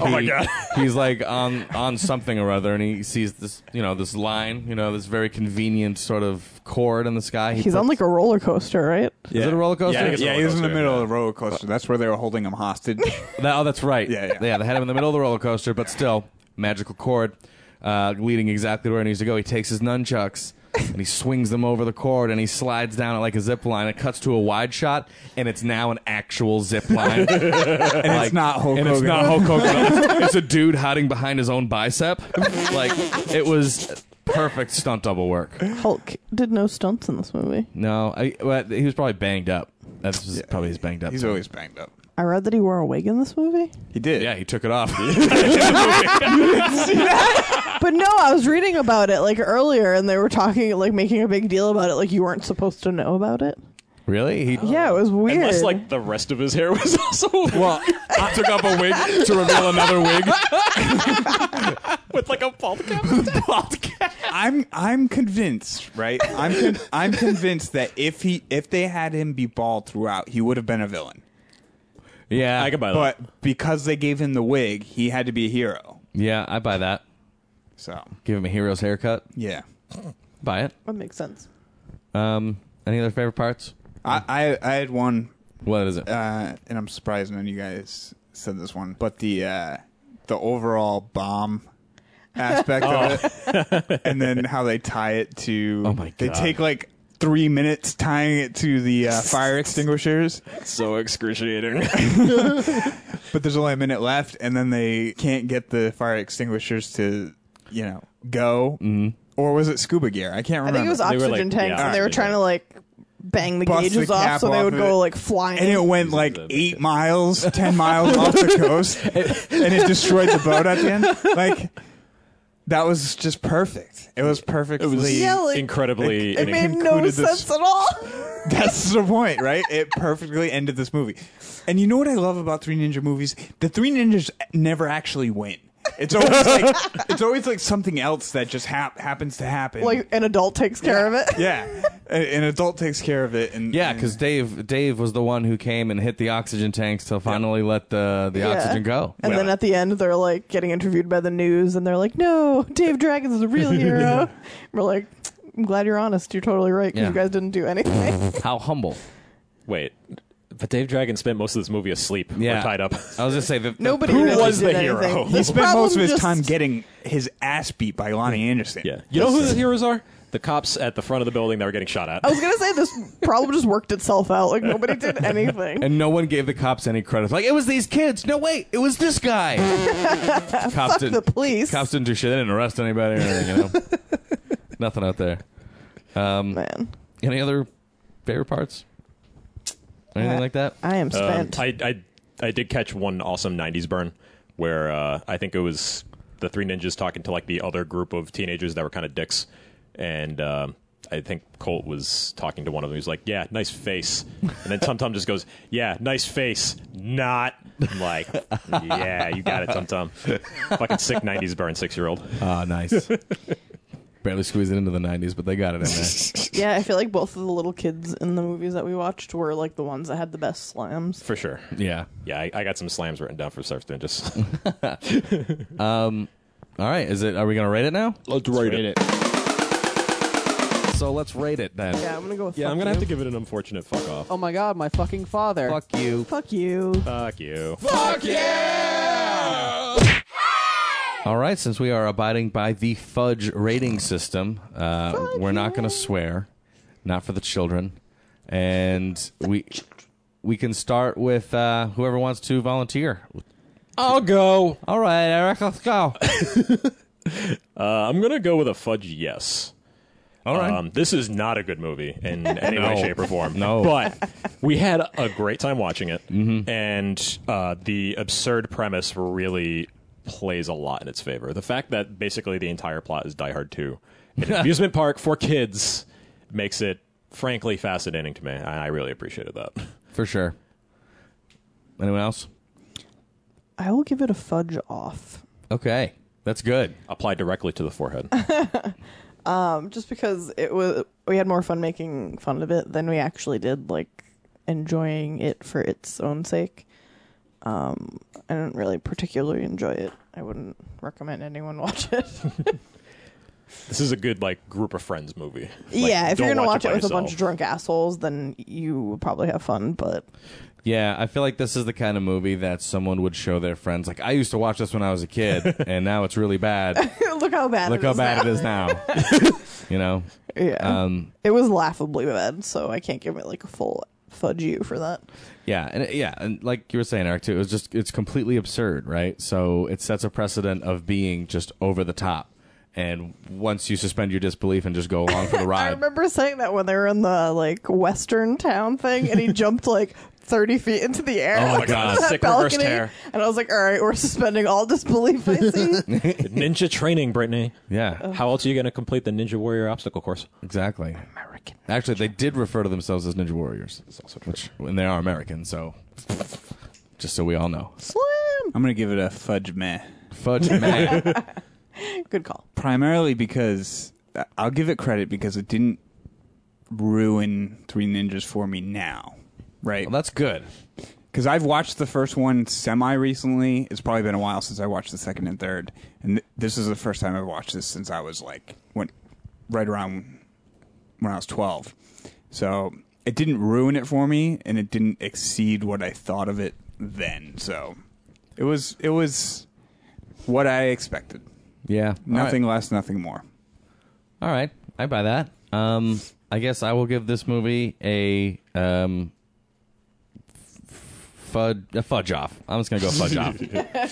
C: oh my god, he's like on on something or other, and he sees this you know this line, you know this very convenient sort of cord in the sky. He
E: He's on like a roller coaster, right?
C: Is it a roller coaster?
D: Yeah, I think it's a
F: yeah.
D: roller
F: He was in the
D: coaster,
F: middle
D: yeah.
F: of the roller coaster. That's where they were holding him hostage.
C: That- oh, that's right.
F: Yeah, yeah.
C: They had him in the middle of the roller coaster, but still, magical cord uh, leading exactly where he needs to go. He takes his nunchucks and he swings them over the cord and he slides down it like a zip line. It cuts to a wide shot, and it's now an actual zip line. and
F: it's not Hulk
C: and it's
F: Hogan.
C: not Hulk Hogan. it's, it's a dude hiding behind his own bicep. like it was perfect stunt double work.
E: Hulk did no stunts in this movie.
C: No, I, well, he was probably banged up. That's just probably his banged up.
F: He's
C: time.
F: always banged up.
E: I read that he wore a wig in this movie.
F: He did.
C: yeah, he took it off.
E: But no, I was reading about it like earlier and they were talking like making a big deal about it like you weren't supposed to know about it.
C: really? He
F: Um,
E: Yeah, it was weird.
D: Unless, like, the rest of his hair was also
C: Well, I took off a wig to reveal another wig.
D: with, like, a bald cap.
F: I'm I'm convinced, right? I'm con- I'm convinced that if he if they had him be bald throughout, he would have been a villain.
C: Yeah,
D: I can buy that.
F: But because they gave him the wig, he had to be a hero.
C: Yeah, I buy that.
F: So
C: Give him a hero's haircut.
F: yeah,
C: Buy it.
E: that makes sense.
C: Um, any other favorite parts?
F: I I, I had one
C: What is it?
F: uh, and I'm surprised none of you guys said this one, but the uh, the overall bomb aspect of it, and then how they tie it to.
C: Oh my
F: They
C: God.
F: take like three minutes tying it to the uh, fire extinguishers,
D: so excruciating.
F: but there's only a minute left, and then they can't get the fire extinguishers to, you know, go. Mm-hmm. Or was it scuba gear? I can't
E: I
F: remember.
E: think it was
D: They were,
E: oxygen
D: like,
E: tanks,
D: yeah,
E: and they were
D: oxygen,
E: trying
D: yeah.
E: to like bang the
F: Bust the
E: gauges off,
F: cap
E: so they
F: off
E: would
F: of
E: go
F: it.
E: like flying.
F: and it went like eight miles, ten miles off the coast, and it destroyed the boat at the end. Like that was just perfect. It was perfectly.
E: Yeah, like-
D: incredibly.
E: it
F: it
E: made no
F: concluded this-
E: sense at all.
F: that's the point, right? It perfectly ended this movie. And you know what I love about Three Ninja movies? The Three Ninjas never actually win. It's always like it's always like something else that just hap- happens to happen.
E: like an adult takes care of it.
F: yeah, A- an adult takes care of it, and
C: Yeah, because Dave Dave was the one who came and hit the oxygen tanks to finally let the the
E: Yeah.
C: oxygen go.
E: And then at the end, they're like getting interviewed by the news, and they're like, "No, Dave Dragons is a real hero." We're like, "I'm glad you're honest. You're totally right. 'cause
C: Yeah.
E: You guys didn't do anything."
C: How humble.
D: Wait, but Dave Dragon spent most of this movie asleep.
C: Yeah.
D: or tied up.
C: I was gonna say that
E: Nobody
C: the-
E: really
D: was
E: did
D: the hero?
E: anything.
D: He
F: he
E: This
F: spent most
E: problem
F: of his
E: just-
F: time getting his ass beat by Lonnie Anderson.
D: Yeah, you know who the heroes are? The cops at the front of the building that were getting shot at.
E: I was gonna say this problem just worked itself out. Like nobody did anything.
C: and no one gave the cops any credit. Like it was these kids. No wait, it was this guy. cops didn't.
E: the police.
C: Cops didn't do shit. They didn't arrest anybody or anything. You know, nothing out there. Um,
E: Man,
C: any other favorite parts? Anything
E: Uh,
C: like that?
E: I am
D: Um,
E: spent.
D: I, I I did catch one awesome '90s burn where uh, I think it was the three ninjas talking to like the other group of teenagers that were kind of dicks, and um I think Colt was talking to one of them. He's like, "Yeah, nice face," and then Tum Tum just goes, "Yeah, nice face." Not I'm like, "Yeah, you got it, Tum Tum." Fucking sick '90s burn, six year old.
C: Ah, nice. Barely squeezed it into the '90s, but they got it in there.
E: yeah, I feel like both of the little kids in the movies that we watched were like the ones that had the best slams.
D: For sure.
C: yeah.
D: Yeah, I, I got some slams written down for Surf Ninjas.
C: All right. Is it? Are we gonna rate it now?
D: Let's rate
F: it.
C: So let's rate it then.
E: Yeah, I'm gonna go with.
D: Yeah,
E: fuck
D: I'm gonna have
E: you.
D: to give it an unfortunate fuck off.
I: Oh my god, my fucking father.
C: Fuck you.
E: Fuck you.
D: Fuck you.
C: All right, since we are abiding by the fudge rating system, uh, we're not going to swear, not for the children, and we we can start with uh, whoever wants to volunteer.
D: I'll go.
C: All right, Eric, let's go.
D: Uh, I'm gonna go with a fudge yes.
C: All right,
D: Um, this is not a good movie in any
C: No.
D: way, shape, or form.
C: No.
D: but we had a great time watching it, and uh, the absurd premise really plays a lot in its favor. The fact that basically the entire plot is Die Hard Two, in an amusement park for kids, makes it frankly fascinating to me. I, I really appreciated that.
C: for sure. Anyone else?
E: I will give it a fudge off.
C: Okay, that's good.
D: Applied directly to the forehead.
E: Um, just because it was we had more fun making fun of it than we actually did like enjoying it for its own sake um i didn't really particularly enjoy it i wouldn't recommend anyone watch it
D: this is a good like group of friends movie. Like,
E: yeah if you're
D: don't
E: gonna watch it,
D: by
E: with a
D: yourself.
E: bunch of drunk assholes then you would probably have fun but
C: Yeah, I feel like this is the kind of movie that someone would show their friends. Like I used to watch this when I was a kid, and now it's really bad.
E: look how bad
C: Look
E: it
C: how
E: is
C: bad it is now. you know.
E: now. yeah
C: Um,
E: it was laughably bad so i can't give it like a full fudge you for that
C: Yeah, and yeah, and like you were saying, Eric, too, it was just it's completely absurd, right? So it sets a precedent of being just over the top, and once you suspend your disbelief and just go along for the
E: I
C: ride,
E: remember saying that when they were in the like Western town thing, and he jumped like thirty feet into the air.
D: Oh my
E: like,
D: God.
E: on that
D: Sick reverse tear.
E: And I was like, "All right, we're suspending all disbelief." I see.
D: ninja training, Brittany.
C: yeah,
D: How else are you going to complete the Ninja Warrior obstacle course?
C: exactly. American. Actually, they did refer to themselves as Ninja Warriors, which and they are American, so just so we all know,
E: Slam.
F: I'm gonna give it a fudge meh.
C: fudge man.
E: Good call.
F: primarily because uh, I'll give it credit because it didn't ruin Three Ninjas for me now, right?
C: Well, that's good.
F: Because I've watched the first one semi recently. It's probably been a while since I watched the second and third, and th- this is the first time I've watched this since I was like when right around when I was twelve. So it didn't ruin it for me, and it didn't exceed what I thought of it then. So it was it was what I expected.
C: Yeah.
F: Nothing less, nothing more.
C: All right, I buy that. Um, I guess I will give this movie a um, fud a fudge off. I'm just gonna go fudge off.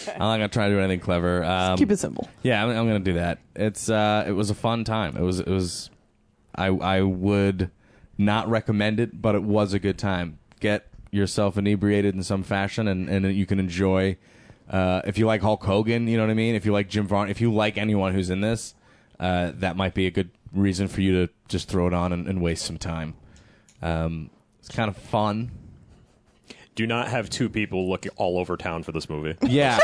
C: I'm not gonna try to do anything clever. Um,
E: Keep it simple.
C: Yeah, I'm, I'm gonna do that. It's uh, it was a fun time. It was it was, I I would not recommend it, but it was a good time. Get yourself inebriated in some fashion, and and you can enjoy. Uh, if you like Hulk Hogan, you know what I mean. If you like Jim Varn, if you like anyone who's in this, uh, that might be a good reason for you to just throw it on and, and waste some time. Um, it's kind of fun.
D: Do not have two people look all over town for this movie.
C: Yeah,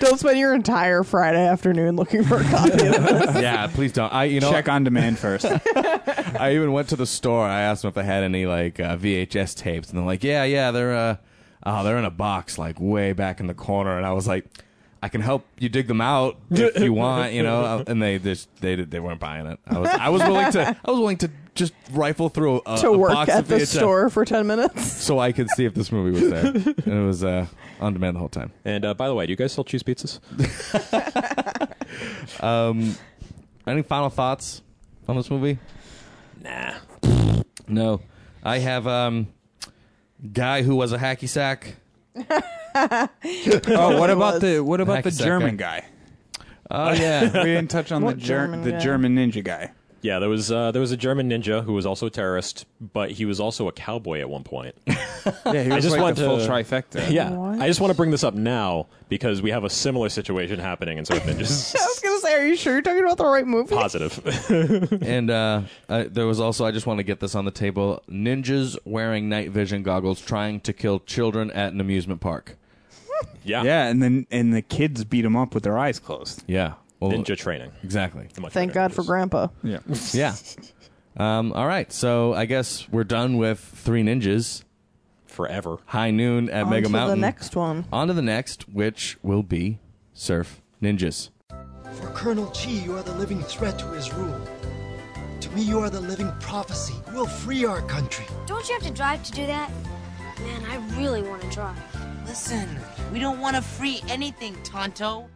E: Don't spend your entire Friday afternoon looking for a copy of it.
C: yeah. Please don't. I you know
F: Check on demand first.
C: I even went to the store. I asked them if they had any like uh, VHS tapes, and they're like, "Yeah, yeah, they're uh, oh, they're in a box like way back in the corner." And I was like, "I can help you dig them out if you want, you know." Uh, And they just they did- they weren't buying it. I was I was willing to I was willing to just rifle through a,
E: to
C: a
E: work
C: box
E: at
C: of
E: the
C: VHS
E: store for 10 minutes.
C: so I could see if this movie was there. And it was uh, on demand the whole time.
D: And uh, by the way, do you guys still choose pizzas?
C: Any final thoughts on this movie?
D: Nah.
C: No, I have um, guy who was a hacky sack.
F: oh, what about the what about
C: Heck,
F: the
C: is that
F: German guy?
C: Oh yeah.
F: We didn't touch on the
E: What
F: ger-
E: German
F: the
E: guy?
F: German ninja guy.
D: Yeah, there was uh, there was a German ninja who was also a terrorist, but he was also a cowboy at one point.
F: Yeah, he was
D: just
F: like
D: want
F: the
D: to-
F: full trifecta.
D: yeah,
E: What?
D: I just want to bring this up now because we have a similar situation happening, and so I've been just
E: I was going to say, are you sure you're talking about the right movie?
D: positive.
C: And uh, I, there was also, I just want to get this on the table ninjas wearing night vision goggles trying to kill children at an amusement park.
D: yeah,
F: Yeah, and then and the kids beat him up with their eyes closed.
C: Yeah. Well,
D: Ninja training.
C: Exactly.
D: Much better
E: Thank God for
D: ninjas.
E: Grandpa.
F: Yeah.
C: Yeah. Um, all right. So I guess we're done with Three Ninjas,
D: forever.
C: High Noon at
E: On
C: Mega
E: to
C: Mountain.
E: the next one.
C: On to the next, which will be Surf Ninjas.
J: For Colonel Chi, you are the living threat to his rule. To me, you are the living prophecy. We'll free our country.
K: Don't you have to drive to do that? Man, I really want to drive.
B: Listen, we don't want to free anything, Tonto.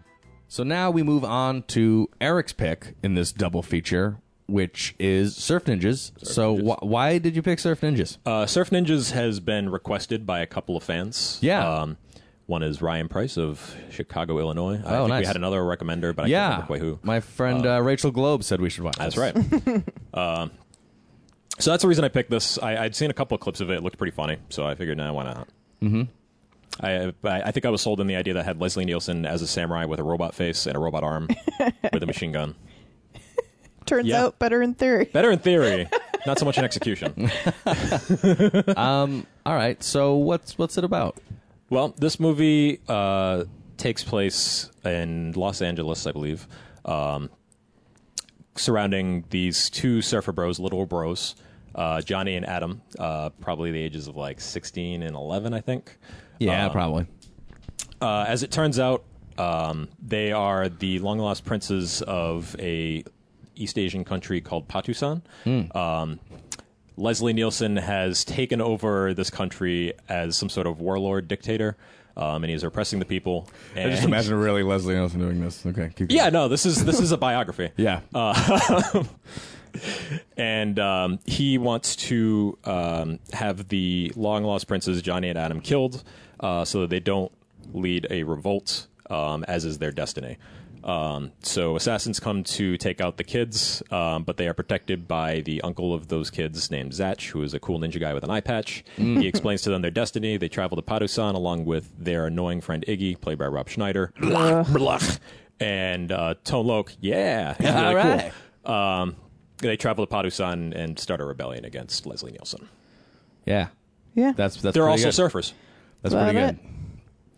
C: So now we move on to Eric's pick in this double feature, which is Surf Ninjas. so wh- why did you pick Surf Ninjas?
D: Uh, Surf Ninjas has been requested by a couple of fans.
C: Yeah.
D: Um, one is Ryan Price of Chicago, Illinois. I
C: Oh,
D: think we
C: nice.
D: had another recommender, but I
C: yeah.
D: can't remember quite who.
C: My friend uh, Rachel Globe said we should watch
D: That's
C: this.
D: right. uh, so that's the reason I picked this. I, I'd seen a couple of clips of it. It looked pretty funny, so I figured, nah, why not? Mm-hmm. I, but I I think I was sold on the idea that had Leslie Nielsen as a samurai with a robot face and a robot arm with a machine gun.
E: Turns
D: Yeah.
E: out better in theory.
D: Better in theory, not so much in execution.
C: All right. So what's what's it about?
D: Well, this movie uh, takes place in Los Angeles, I believe, um, surrounding these two surfer bros, little bros, uh, Johnny and Adam, uh, probably the ages of like 16 and 11, I think.
C: Yeah,
D: Um,
C: probably.
D: Uh, as it turns out, um, they are the long lost princes of a East Asian country called Patusan. Um, Leslie Nielsen has taken over this country as some sort of warlord dictator, um, and he's oppressing the people. And
C: really Leslie Nielsen doing this. Okay. Keep
D: Yeah, no, this is this is a biography.
C: Yeah.
D: Uh, and um, he wants to um, have the long lost princes Johnny and Adam killed uh, so that they don't lead a revolt, um, as is their destiny. Um, so assassins come to take out the kids, um, but they are protected by the uncle of those kids named Zatch, who is a cool ninja guy with an eye patch.
C: Mm.
D: He explains to them their destiny. They travel to Padusan along with their annoying friend Iggy, played by Rob Schneider. Blech. and uh, Tone Loc, yeah, he's really
C: All
D: cool
C: right.
D: um, they travel to Padusan and start a rebellion against Leslie Nielsen.
C: yeah.
E: Yeah.
C: That's that's
D: They're
C: pretty
D: also
C: good.
D: surfers.
C: That's pretty
E: About
C: good.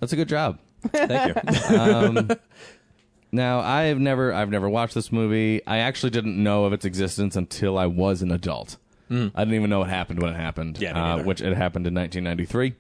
C: That's a good job.
D: Thank you.
C: Now I've never I've never watched this movie. I actually didn't know of its existence until I was an adult. I didn't even know it happened when it happened.
D: Hmm. Yeah, me
C: uh,
D: neither.
C: which it happened in 1993.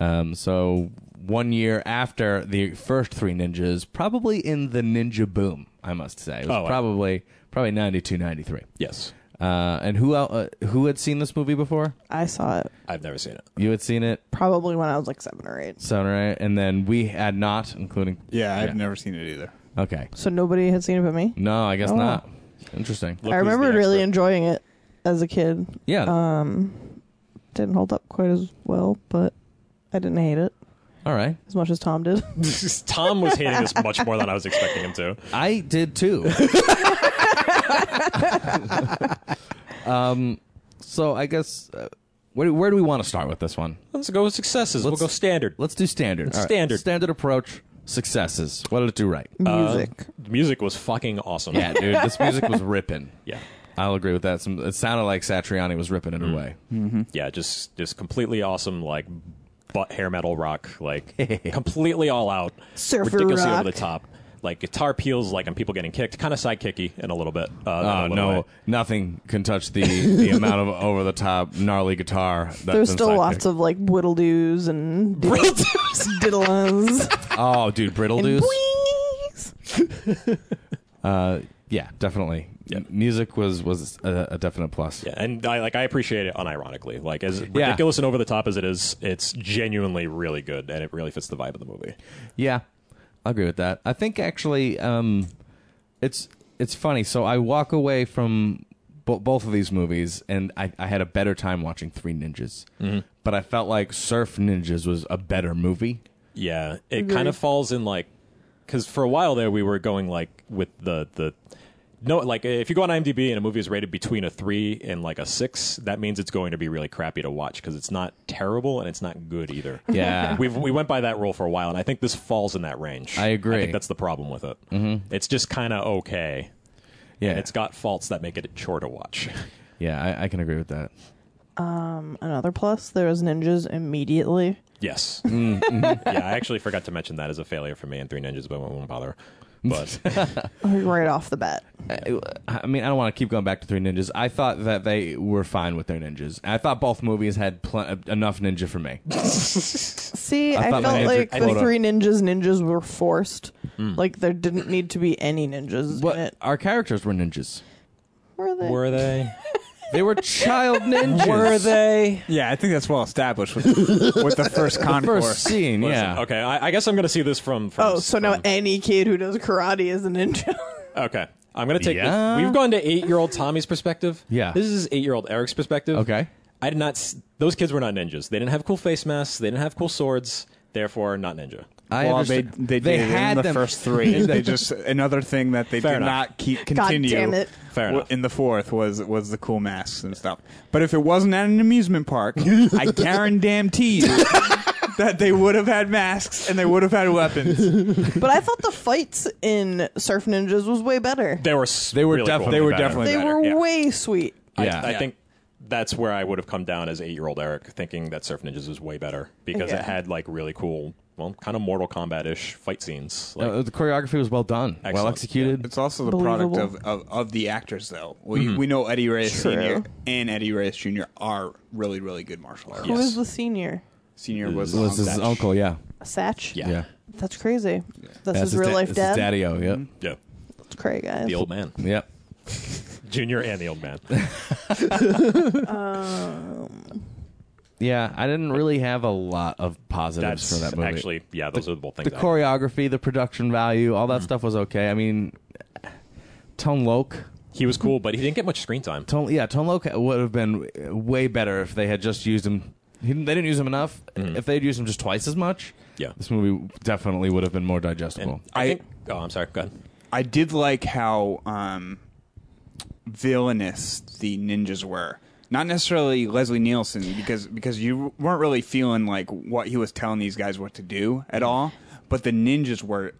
C: Um, so one year after the first three ninjas, probably in the ninja boom, I must say. It was
D: Oh, wow.
C: probably probably 92, 93.
D: yes.
C: Uh, and who out, uh, who had seen this movie before?
E: I saw it
D: I've never seen it.
C: You had seen it,
E: probably when I was like seven or eight.
C: so right, and then we had not, including.
F: Yeah, I've never seen it either.
C: Okay.
E: So nobody had seen it but me.
C: No, I guess
E: Oh.
C: not. Interesting.
E: I remember
D: the
E: really
D: expert.
E: enjoying it as a kid.
C: Yeah.
E: Um, didn't hold up quite as well, but I didn't hate it
C: All right.
E: as much as Tom did.
D: Tom was hating this much more than I was expecting him to.
C: I did too. um, so I guess uh, where, where do we want to start with this one?
D: Let's go with successes. we'll
C: Let's-
D: go standard.
C: Let's do standard.
D: It's
C: All right.
D: standard.
C: Standard approach. Successes. What did it do right?
E: Music.
D: The music was fucking awesome.
C: yeah, dude. This music was ripping.
D: Yeah. Mm.
C: I'll agree with that. Some, it sounded like Satriani was ripping it away.
D: Yeah, just just completely awesome like butt hair metal rock, like completely all out.
E: Surfer
D: ridiculously
E: rock.
D: over the top. Like guitar peels like on people getting kicked, kind of sidekicky in a little bit. Uh,
C: Oh
D: in a little
C: no!
D: way.
C: Nothing can touch the, the amount of over the top gnarly guitar. That's
E: There's
C: been
E: still
C: sidekicked.
E: lots of like whittledoos and diddles
C: Oh, dude, brittle
E: and
C: deuce.
E: boings.
C: Uh, yeah, definitely. M- Music was was a, a definite plus.
D: Yeah, and I like I appreciate it unironically. Like as
C: Yeah.
D: ridiculous and over the top as it is, it's genuinely really good and it really fits the vibe of the movie.
C: Yeah, I agree with that. I think actually, um, it's it's funny. So I walk away from bo- both of these movies, and I, I had a better time watching Three Ninjas.
D: Mm-hmm.
C: But I felt like Surf Ninjas was a better movie.
D: Yeah, it
C: Mm-hmm.
D: kind of falls in like because for a while there we were going like with the the no like if you go on IMDb and a movie is rated between a three and like a six, that means it's going to be really crappy to watch because it's not terrible and it's not good either.
C: Yeah.
D: we we went by that rule for a while, and I think this falls in that range.
C: I agree.
D: I think that's the problem with it. Mm-hmm. It's just kind of okay.
C: Yeah,
D: And it's got faults that make it a chore to watch.
C: yeah, I, I can agree with that.
E: Another plus, there was ninjas immediately.
D: Yes. Mm-hmm. yeah, I actually forgot to mention that as a failure for me in Three Ninjas, but I won't bother. But
E: Like, Right off the bat.
C: I, I mean, I don't want to keep going back to Three Ninjas. I thought that they were fine with their ninjas. I thought both movies had pl- enough ninja for me.
E: See,
C: I
E: I,
C: thought my
E: felt
C: ninja
E: like the
C: quota-
E: three ninjas ninjas were forced.
C: Hmm.
E: Like there didn't need to be any ninjas in
C: But
E: it.
C: our characters were ninjas.
E: Were they?
D: were they?
C: They were child ninjas.
D: they?
F: Yeah, I think that's well established with, with the first concourse.
C: First scene, yeah.
D: Okay, I, I guess I'm going to see this from. from
E: oh, so now
D: from-
E: any kid who does karate is a ninja.
D: Okay. I'm going to take
C: Yeah.
D: this. We've gone to eight year old Tommy's perspective.
C: Yeah.
D: This is eight year old Eric's perspective.
C: Okay.
D: I did not. s- Those kids were not ninjas. They didn't have cool face masks. They didn't have cool swords. Therefore, not ninja.
C: I
F: well, they
C: understand-
F: they, did it in the first three. they just another thing that they
D: Fair
F: did
D: enough.
F: not keep
E: God
F: continue.
E: damn it.
D: Fair
F: w-
D: enough.
F: In the fourth was was the cool masks and stuff. But if it wasn't at an amusement park, I guarantee you that they would have had masks and they would have had weapons.
E: but I thought the fights in Surf Ninjas was way better.
D: They were. s-
C: They were
D: really cool.
C: definitely
F: They were
C: better.
F: definitely
E: They
F: better.
E: were
D: yeah.
E: way sweet.
D: I,
C: Yeah.
D: I
C: Yeah.
D: think that's where I would have come down as eight year old Eric, thinking that Surf Ninjas was way better because
E: Yeah.
D: it had like really cool, well, kind of Mortal Kombat ish fight scenes. Like,
C: Uh, the choreography was well done, well
D: Excellent.
C: executed.
F: It's also the
E: Believable.
F: product of, of, of the actors, though. We,
C: Mm-hmm.
F: we know Eddie Reyes
E: True.
F: Sr. and Eddie Reyes Jr. are really, really good martial artists.
E: Who was the senior?
F: Senior was,
C: was his
F: Satch.
C: uncle, yeah.
E: Satch.
D: yeah.
C: Yeah.
D: yeah.
E: That's crazy. That's
C: That's
E: his real
C: da-
E: life
C: that's
E: dad.
C: His daddy-o, yep.
F: Mm-hmm.
E: It's crazy, guys.
D: The old man.
C: Yep.
D: Junior and the old man.
C: Yeah, I didn't really have a lot of positives
D: That's
C: for that movie.
D: actually, yeah, those are the both things.
C: the
D: I-
C: choreography, the production value, all that
F: Mm-hmm.
C: stuff was okay. I mean, Tone Loc,
D: He was cool, but he didn't get much screen time.
C: Tone, yeah, Tone Loc would have been way better if they had just used him. He didn't, they didn't use him enough.
F: Mm-hmm.
C: If they'd used him just twice as much,
D: Yeah.
C: this movie definitely would have been more digestible.
D: And I,
F: I-
D: think. Oh, I'm sorry. Go ahead.
F: I did like how um, villainous the ninjas were. Not necessarily Leslie Nielsen because because you weren't really feeling like what he was telling these guys what to do at all. But the ninjas were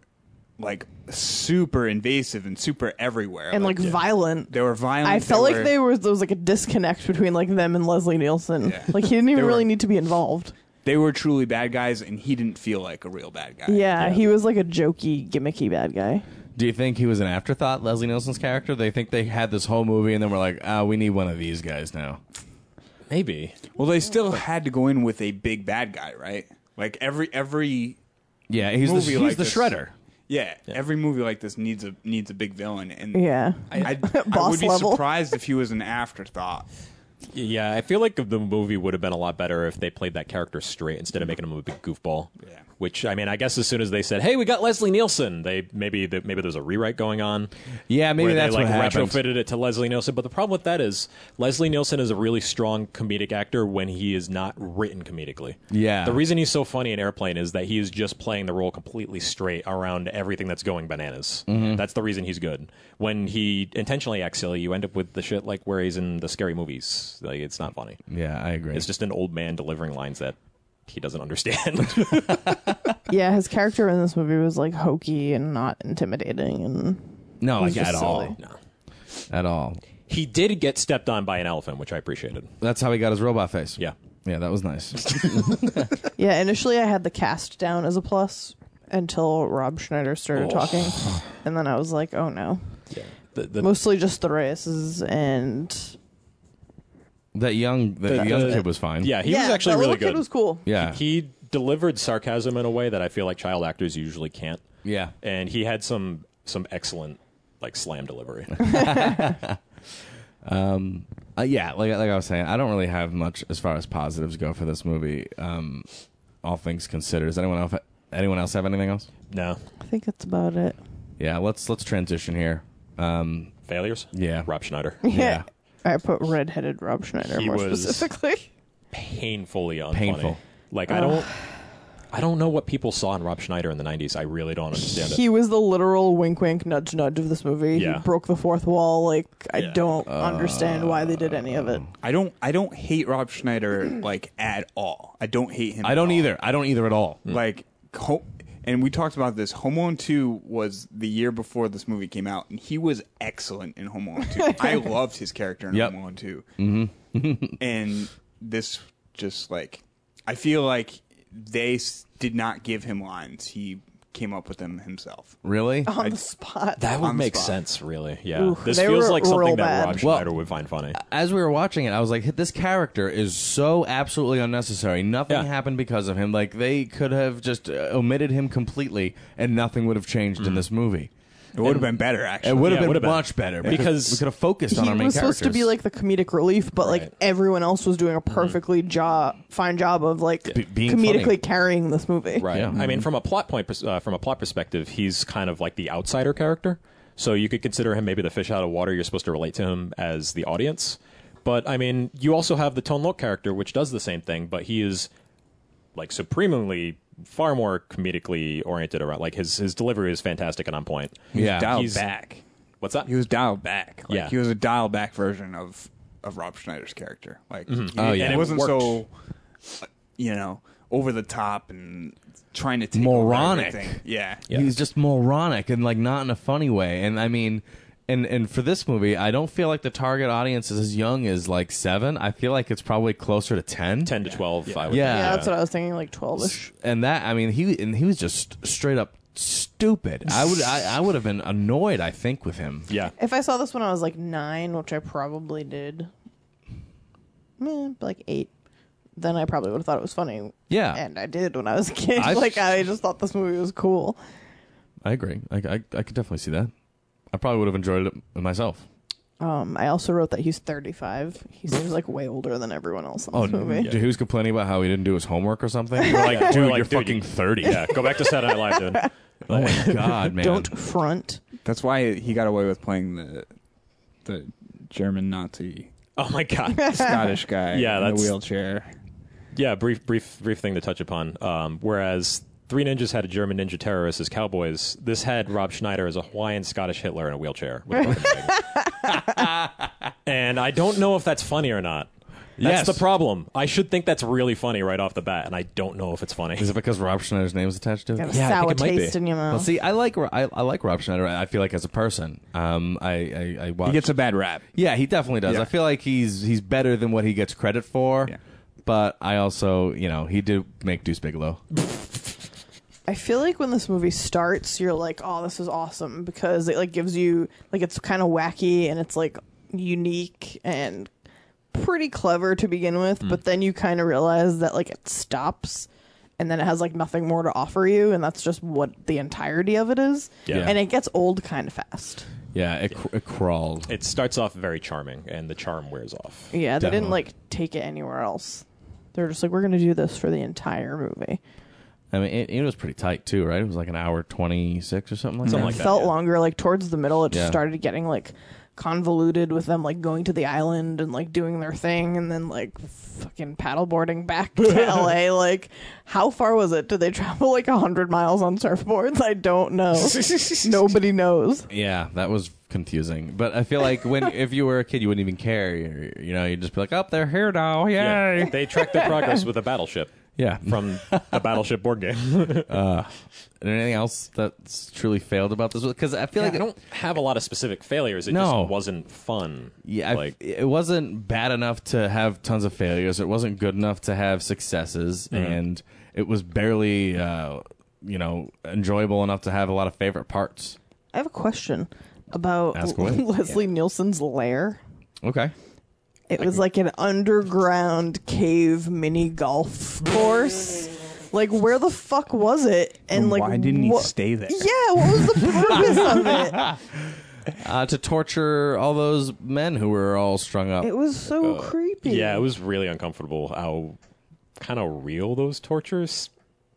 F: like super invasive and super everywhere.
E: and like violent.
F: they were violent.
E: I felt like
F: were-
E: they were there was like a disconnect between like them and Leslie Nielsen.
F: Yeah.
E: Like he didn't even
F: They were-
E: really need to be involved.
F: they were truly bad guys, and he didn't feel like a real bad guy.
E: Yeah, he was like a jokey, gimmicky bad guy.
C: Do you think he was an afterthought, Leslie Nielsen's character? They think they had this whole movie and then we're like, ah, we need one of these guys now.
D: Maybe.
F: Well, they still had to go in with a big bad guy, right? Like every every
C: Yeah, he's
F: movie
C: the, he's
F: like
C: the
F: this.
C: shredder.
F: Yeah, every movie like this needs a needs a big villain, and
E: Yeah.
F: I, I, I
E: Boss
F: would be
E: level.
F: surprised if he was an afterthought.
D: Yeah, I feel like the movie would have been a lot better if they played that character straight instead of making him a big goofball. Yeah. Which I mean, I guess as soon as they said, "Hey, we got Leslie Nielsen," they maybe that maybe there's a rewrite going on.
C: Yeah, maybe
D: where
C: that's
D: they, like
C: what happened.
D: retrofitted it to Leslie Nielsen. But the problem with that is Leslie Nielsen is a really strong comedic actor when he is not written comedically.
C: Yeah.
D: The reason he's so funny in Airplane is that he is just playing the role completely straight around everything that's going bananas.
C: Mhm.
D: That's the reason he's good. When he intentionally acts silly, you end up with the shit like where he's in the scary movies. Like it's not funny.
C: Yeah, I agree.
D: It's just an old man delivering lines that he doesn't understand.
E: yeah, his character in this movie was like hokey and not intimidating and
C: No,
E: it was
C: like at
E: just
C: all.
E: silly.
D: No.
C: At all.
D: he did get stepped on by an elephant, which I appreciated.
C: That's how he got his robot face.
D: Yeah.
C: Yeah, that was nice.
E: Yeah, initially I had the cast down as a plus until Rob Schneider started
D: Oh.
E: talking, and then I was like, oh no. Yeah.
D: The- the-
E: Mostly just the races and
C: that young that
D: The-
C: young
D: the-
C: kid was fine.
D: Yeah, he
E: Yeah,
D: was actually
E: that
D: really
E: little
D: good.
E: kid was cool.
C: Yeah.
D: he, he delivered sarcasm in a way that I feel like child actors usually can't.
C: Yeah.
D: and he had some some excellent like slam delivery.
C: Um, uh, yeah, like like I was saying, I don't really have much as far as positives go for this movie. Um, all things considered, does anyone else anyone else have anything else?
D: No.
E: I think that's about it.
C: Yeah, let's let's transition here. Um,
D: Failures.
C: Yeah,
D: Rob Schneider.
E: Yeah. I put redheaded Rob Schneider
D: He
E: more
D: was-
E: specifically.
D: painfully unfunny.
C: Painful.
D: Like I
E: Ugh.
D: don't, I don't know what people saw in Rob Schneider in the '90s. I really don't understand
E: He
D: it.
E: was the literal wink wink nudge nudge of this movie.
D: Yeah.
E: He broke the fourth wall. Like I
D: Yeah. Uh,
E: don't understand why they did any of it.
F: I don't I don't hate Rob Schneider like at all. I don't hate him.
C: I don't either. I don't either at all.
D: Mm.
F: Like ho- and we talked about this. Home Alone 2 was the year before this movie came out and he was excellent in Home Alone 2. I loved his character in
C: Yep.
F: Home Alone 2.
C: Mm-hmm.
F: And this just like I feel like they s- did not give him lines. He came up with them himself.
C: really?
E: On the spot.
D: That would
F: on the
D: make
F: spot.
D: sense, really. Yeah,
E: Oof,
D: this
E: they
D: feels
E: were
D: like something
E: real
D: that
E: bad.
D: Rob Schneider would find funny.
C: As we were watching it, I was like, "This character is so absolutely unnecessary. Nothing
D: Yeah.
C: happened because of him. Like they could have just uh, omitted him completely, and nothing would have changed in this movie.
F: It would have been better actually.
C: It would have
D: Mm. Yeah, it
C: been
D: would've been.
C: much better
D: Yeah.
C: because we could have focused on
E: he
C: our main
E: was supposed to be
C: characters. Mm-hmm.
E: like the comedic relief, but
D: Right.
E: like everyone else was doing a perfectly job, fine job of like
C: Be- being
E: comedically
C: funny.
E: carrying this movie.
D: Right.
C: Yeah. Mm-hmm.
D: I mean, from a plot point, pers- uh, from a plot perspective, he's kind of like the outsider character. So you could consider him maybe the fish out of water. You're supposed to relate to him as the audience. But I mean, you also have the Tone Loc character, which does the same thing, but he is like supremely far more comedically oriented around. Like his his delivery is fantastic and on point.
F: He was
C: Yeah.
F: dialed
D: He's-
F: back.
D: What's that?
F: He was dialed back. Like
D: Yeah.
F: he was a dialed back version of of Rob Schneider's character. Like
C: Oh,
F: he-
C: yeah.
F: and
C: And
F: it
C: it
F: wasn't
D: worked.
F: so uh, you know, over the top and trying to take over
C: Moronic.
F: everything. Yeah.
C: He was just moronic and like not in a funny way. And I mean, and and for this movie, I don't feel like the target audience is as young as like seven. I feel like it's probably closer to ten.
D: Ten to twelve. I would
C: Yeah.
E: Yeah,
D: think.
E: that's what I was thinking. Like twelve ish.
C: And that I mean, he and he was just straight up stupid. I would I, I would have been annoyed. I think with him.
D: Yeah.
E: If I saw this when I was like nine, which I probably did, eh, like eight, then I probably would have thought it was funny.
C: Yeah.
E: and I did when I was a kid.
C: I-
E: like I just thought this movie was cool.
C: I agree. I, I I could definitely see that. I probably would have enjoyed it myself.
E: Um, I also wrote that he's 35. He seems like way older than everyone else
C: Oh,
E: in this movie.
C: dude, he was complaining about how he didn't do his homework or something. We're like,
D: Yeah,
C: dude,
D: we're like,
C: you're
D: dude,
C: fucking
D: you-
C: thirty.
D: Yeah, go back to Saturday Night Live, dude.
C: Oh my god, man.
E: Don't front.
F: That's why he got away with playing the the German Nazi
D: Oh my god.
F: Scottish guy
D: Yeah,
F: in
D: that's-
F: the wheelchair.
D: Yeah, brief, brief, brief thing to touch upon. Um, whereas Three Ninjas had a German ninja terrorist as cowboys, this had Rob Schneider as a Hawaiian Scottish Hitler in a wheelchair. With a fucking wig. and I don't know if that's funny or not.
C: Yes.
D: That's the problem. I should think that's really funny right off the bat, and I don't know if it's funny.
C: Is it because Rob Schneider's name is attached to it?
E: Got a
D: Yeah, I think
E: sour
D: it might be.
E: taste in your
C: Well,
E: mouth.
C: see, I like I, I like Rob Schneider. I feel like as a person, um, I I, I watch.
F: He gets a bad rap.
C: yeah, he definitely does.
F: Yeah.
C: I feel like he's he's better than what he gets credit for.
F: Yeah.
C: But I also, you know, he did make Deuce Bigelow.
E: I feel like when this movie starts, you're like, "Oh, this is awesome," because it like gives you like it's kind of wacky and it's like unique and pretty clever to begin with. But then you kind of realize that like it stops, and then it has like nothing more to offer you, and that's just what the entirety of it is.
D: Yeah.
E: And it gets old kind of fast.
C: Yeah, it, cr- it crawled.
D: It starts off very charming, and the charm wears off.
E: Yeah, they
C: Definitely.
E: didn't like take it anywhere else. They were just like, we're gonna do this for the entire movie.
C: I mean, it, it was pretty tight too, right? It was like an hour twenty six or something like
D: Something
C: that.
D: like that.
E: felt
D: yeah.
E: longer. Like towards the middle, it just
C: Yeah.
E: started getting like convoluted with them like going to the island and like doing their thing, and then like fucking paddleboarding back to L.A. Like, how far was it? Did they travel like hundred miles on surfboards? I don't know. Nobody knows.
C: yeah, that was confusing. But I feel like when if you were a kid, you wouldn't even care. You're- you know, you'd just be like, "Up, they're here now! Yay!"
D: Yeah.
C: Yeah.
D: They track their progress with a battleship from a battleship board game.
C: Anything else that's truly failed about this? Because I feel
D: I
C: like
D: don't have a lot of specific failures. It
C: No.
D: just wasn't fun.
C: Yeah, I-
D: like
C: it wasn't bad enough to have tons of failures. It wasn't good enough to have successes, and it was barely, uh, you know, enjoyable enough to have a lot of favorite parts.
E: I have a question about
C: Ask away.
E: Leslie Nielsen's lair.
C: Okay.
E: It was like an underground cave mini golf course. Like where the fuck was it? And like
F: why didn't he
E: what-
F: stay there?
E: Yeah, what was the purpose of it?
C: Uh, to torture all those men who were all strung up.
E: It was so creepy.
D: Uh, yeah, it was really uncomfortable how kind of real those torture s-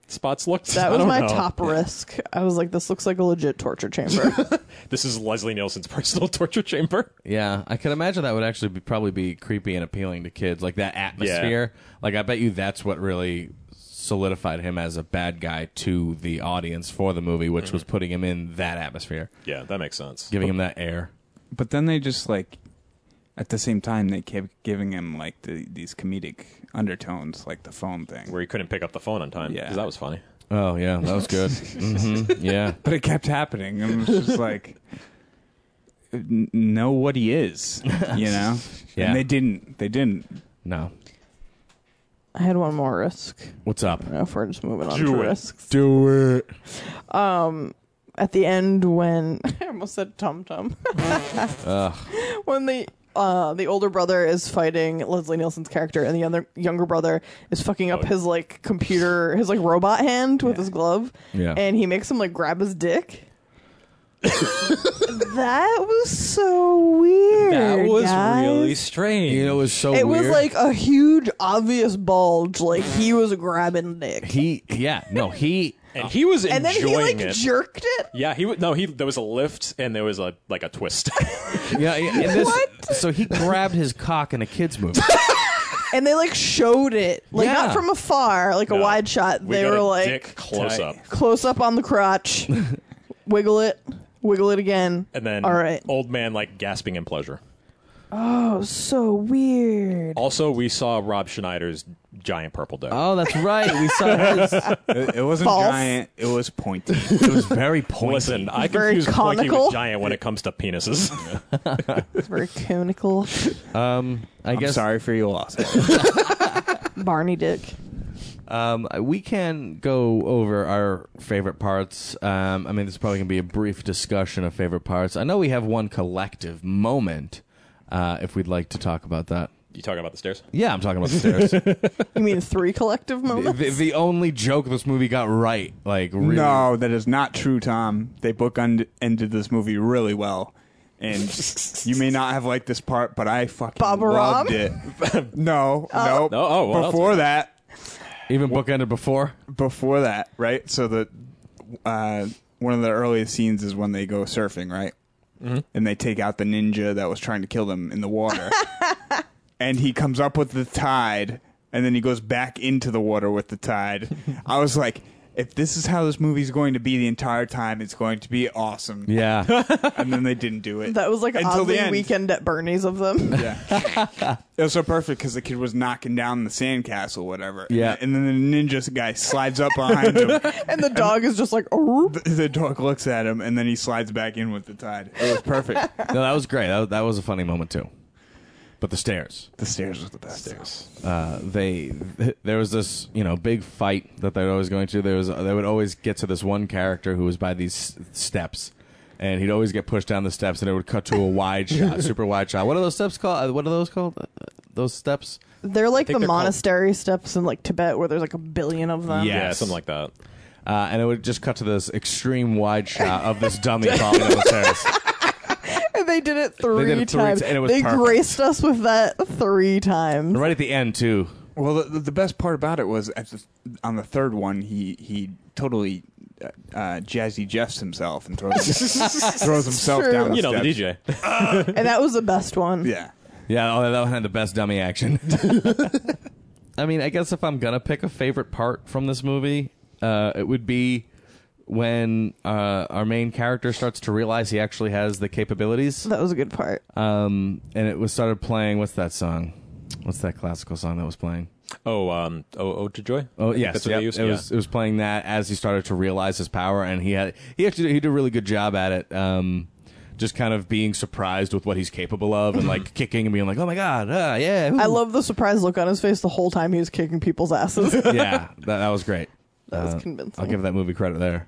D: spots looked. I
E: that was
D: don't
E: my
D: know.
E: top risk. I was like, this looks like a legit torture chamber.
D: This is Leslie Nielsen's personal torture chamber.
C: yeah, I could imagine that would actually be, probably be creepy and appealing to kids, like that atmosphere. Like, I bet you that's what really solidified him as a bad guy to the audience for the movie, which was putting him in that atmosphere,
D: Yeah, that makes sense.
C: giving him that air.
F: But then they just like, at the same time, they kept giving him like the, these comedic undertones, like the phone thing.
D: Where he couldn't pick up the phone on time.
F: Yeah.
D: because that was funny.
C: Oh yeah, that was good. mm-hmm. Yeah,
F: But it kept happening, and it was just like, n- know what he is, you know?
C: Yeah.
F: And they didn't. They didn't.
C: no.
E: I had one more risk.
C: What's up?
E: I don't know if we're just moving on
D: Do
E: to
D: it.
E: risks.
C: Do it.
E: At the end, when I almost said Tum Tum,
D: Oh.
E: when the uh, the older brother is fighting Leslie Nielsen's character, and the other younger brother is fucking up
D: Oh.
E: his like computer, his like robot hand with his glove,
C: Yeah.
E: and he makes him like grab his dick. that was so weird. guys.
D: strange.
C: You know, it was so.
E: It was
C: weird.
E: like a huge, obvious bulge. Like he was grabbing dick,
C: he. Yeah, no, he.
D: and he was
E: and then
D: enjoying
E: he like
D: it.
E: jerked it.
D: yeah, he w- no, he there was a lift and there was a like a twist.
C: Yeah, yeah and this,
E: What?
C: So he grabbed his cock in a kids movie.
E: and they like showed it like
C: Yeah.
E: not from afar like a
D: No.
E: wide shot
D: We
E: they
D: got
E: were
D: a
E: like
D: dick close up,
E: close up on the crotch wiggle it wiggle it again
D: and then
E: all right
D: old man like gasping in pleasure.
E: oh so weird
D: Also, we saw Rob Schneider's giant purple dick.
C: oh, that's right. We saw his.
F: It, it wasn't
E: False.
F: giant. It was pointy.
C: It was very pointy.
D: Listen, I
E: Very
D: confuse pointy
E: conical.
D: with giant when it comes to penises.
E: it's very conical
C: Um, I
F: I'm
C: guess
F: sorry for your loss.
E: barney dick
C: Um, we can go over our favorite parts. Um, I mean, this is probably going to be a brief discussion of favorite parts. I know we have one collective moment. Uh, if we'd like to talk about that.
D: you talking about the stairs?
C: Yeah, I'm talking about the stairs.
E: you mean three collective moments
C: the, the only joke this movie got right, like really.
F: No, that is not true, Tom. They book ended this movie really well. And you may not have liked this part, but I fucking
E: Baba
F: loved it. no, no.
D: No, oh, well, that's
F: before
D: good.
F: that,
C: even bookended before.
F: before that, right? So the uh, one of the earliest scenes is when they go surfing, right?
C: Mm-hmm.
F: And they take out the ninja that was trying to kill them in the water, and he comes up with the tide, and then he goes back into the water with the tide. I was like. If this is how this movie's going to be the entire time, it's going to be awesome.
C: Yeah,
F: And then they didn't do it.
E: that was like
F: until
E: oddly
F: the end.
E: weekend at Bernie's of them.
F: Yeah. it was so perfect because the kid was knocking down the sandcastle, whatever.
C: Yeah.
F: And then the ninja guy slides up behind him,
E: and the dog is just like, "Oh,
F: the, the dog looks at him and then he slides back in with the tide. It was perfect.
C: no, that was great. That, was- that was a funny moment too. But the stairs,
F: the stairs was the best. Stairs.
C: uh, they there was this you know big fight that they're always going to. There was they would always get to this one character who was by these steps, and he'd always get pushed down the steps, and it would cut to a wide shot, super wide shot. What are those steps called? Uh, What are those called? Uh, those steps?
E: They're like
C: think
E: the
C: they're called-
E: monastery steps in like Tibet where there's like a billion of them.
D: like that.
C: Uh, and it would just cut to this extreme wide shot of this dummy falling down the stairs.
E: And they did it three,
C: did it three
E: times.
C: ti- and it was
E: they
C: perfect.
E: graced us with that three times.
C: right at the end too.
F: Well, the, the best part about it was at the, on the third one, he he totally uh, uh, jazzy jeffs himself and throws throws himself
E: True.
F: down. The
D: You know, the
F: steps.
D: DJ.
E: and that was the best one.
F: Yeah,
C: Yeah, oh, that one had the best dummy action. I mean, I guess if I'm gonna pick a favorite part from this movie, uh, it would be when uh, our main character starts to realize he actually has the capabilities.
E: That was a good part.
C: Um, and it was started playing. What's that song? What's that classical song that was playing?
D: Oh, um, oh, oh, to joy. I
C: Oh
D: think
C: yes,
D: that's what
C: yep.
D: they used.
C: it was it was playing that as he started to realize his power, and he had he actually he did a really good job at it. Um, just kind of being surprised with what he's capable of, and like kicking and being like, "Oh my god, ah, yeah!"
E: I
C: ooh."
E: love the surprised look on his face the whole time he was kicking people's asses.
C: yeah, that, that was great.
E: That was
C: Uh,
E: convincing.
C: I'll give that movie credit there.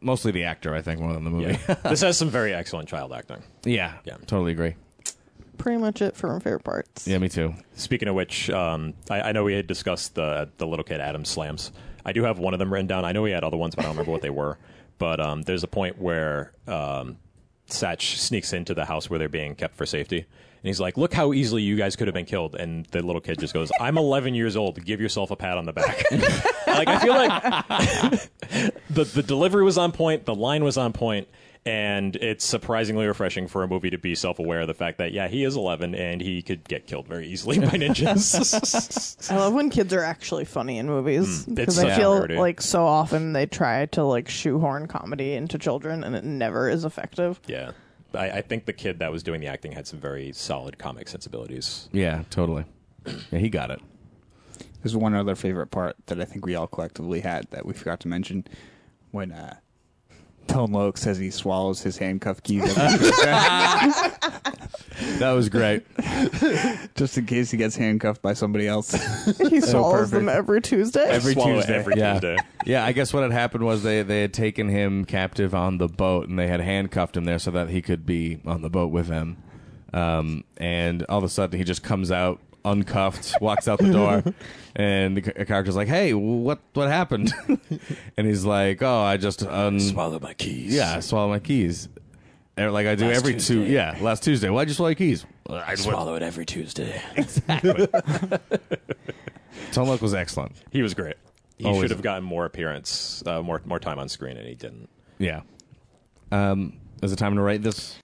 C: Mostly the actor, I think, more than the movie.
D: yeah. this has some very excellent child acting.
C: yeah,
D: Yeah.
C: totally agree.
E: Pretty much it for unfair parts.
C: Yeah, me too.
D: Speaking of which, um, I, I know we had discussed the the little kid Adam slams. I do have one of them written down. I know we had other ones, but I don't remember what they were. But um, there's a point where um, Satch sneaks into the house where they're being kept for safety, and he's like, "Look how easily you guys could have been killed." And the little kid just goes, "I'm 11 years old. Give yourself a pat on the back." like I feel like the the delivery was on point, the line was on point, and it's surprisingly refreshing for a movie to be self aware of the fact that yeah, he is 11 and he could get killed very easily by ninjas.
E: I love when kids are actually funny in movies
C: Hmm.
E: because
D: such
E: I
D: a
E: feel
D: rarity.
E: like so often they try to like shoehorn comedy into children and it never is effective.
D: yeah, I, I think the kid that was doing the acting had some very solid comic sensibilities.
C: Yeah, totally. Yeah, he got it.
F: there's one other favorite part that I think we all collectively had that we forgot to mention when uh, Tone Loc says he swallows his handcuff keys every
C: That was great.
F: just in case he gets handcuffed by somebody else.
E: He swallows them
F: perfect.
E: every Tuesday.
F: Every
D: Swallow
F: Tuesday.
D: every
C: yeah.
D: Tuesday.
C: Yeah, I guess what had happened was they, they had taken him captive on the boat and they had handcuffed him there so that he could be on the boat with them. Um, and all of a sudden he just comes out uncuffed, walks out the door, and the ca- character's like, "Hey, what what happened?" and he's like, "Oh, I just un-
D: Swallow my keys.
C: yeah, I swallow my keys." And Like I do every two,
D: Tuesday.
C: yeah, last Tuesday. Why'd you swallow your keys? Well, I
D: swallow it every Tuesday.
C: Tom Luck was excellent.
D: He was great. He
C: Always.
D: should have gotten more appearance, uh, more more time on screen, and he didn't.
C: Yeah. Um, is it time to rate this?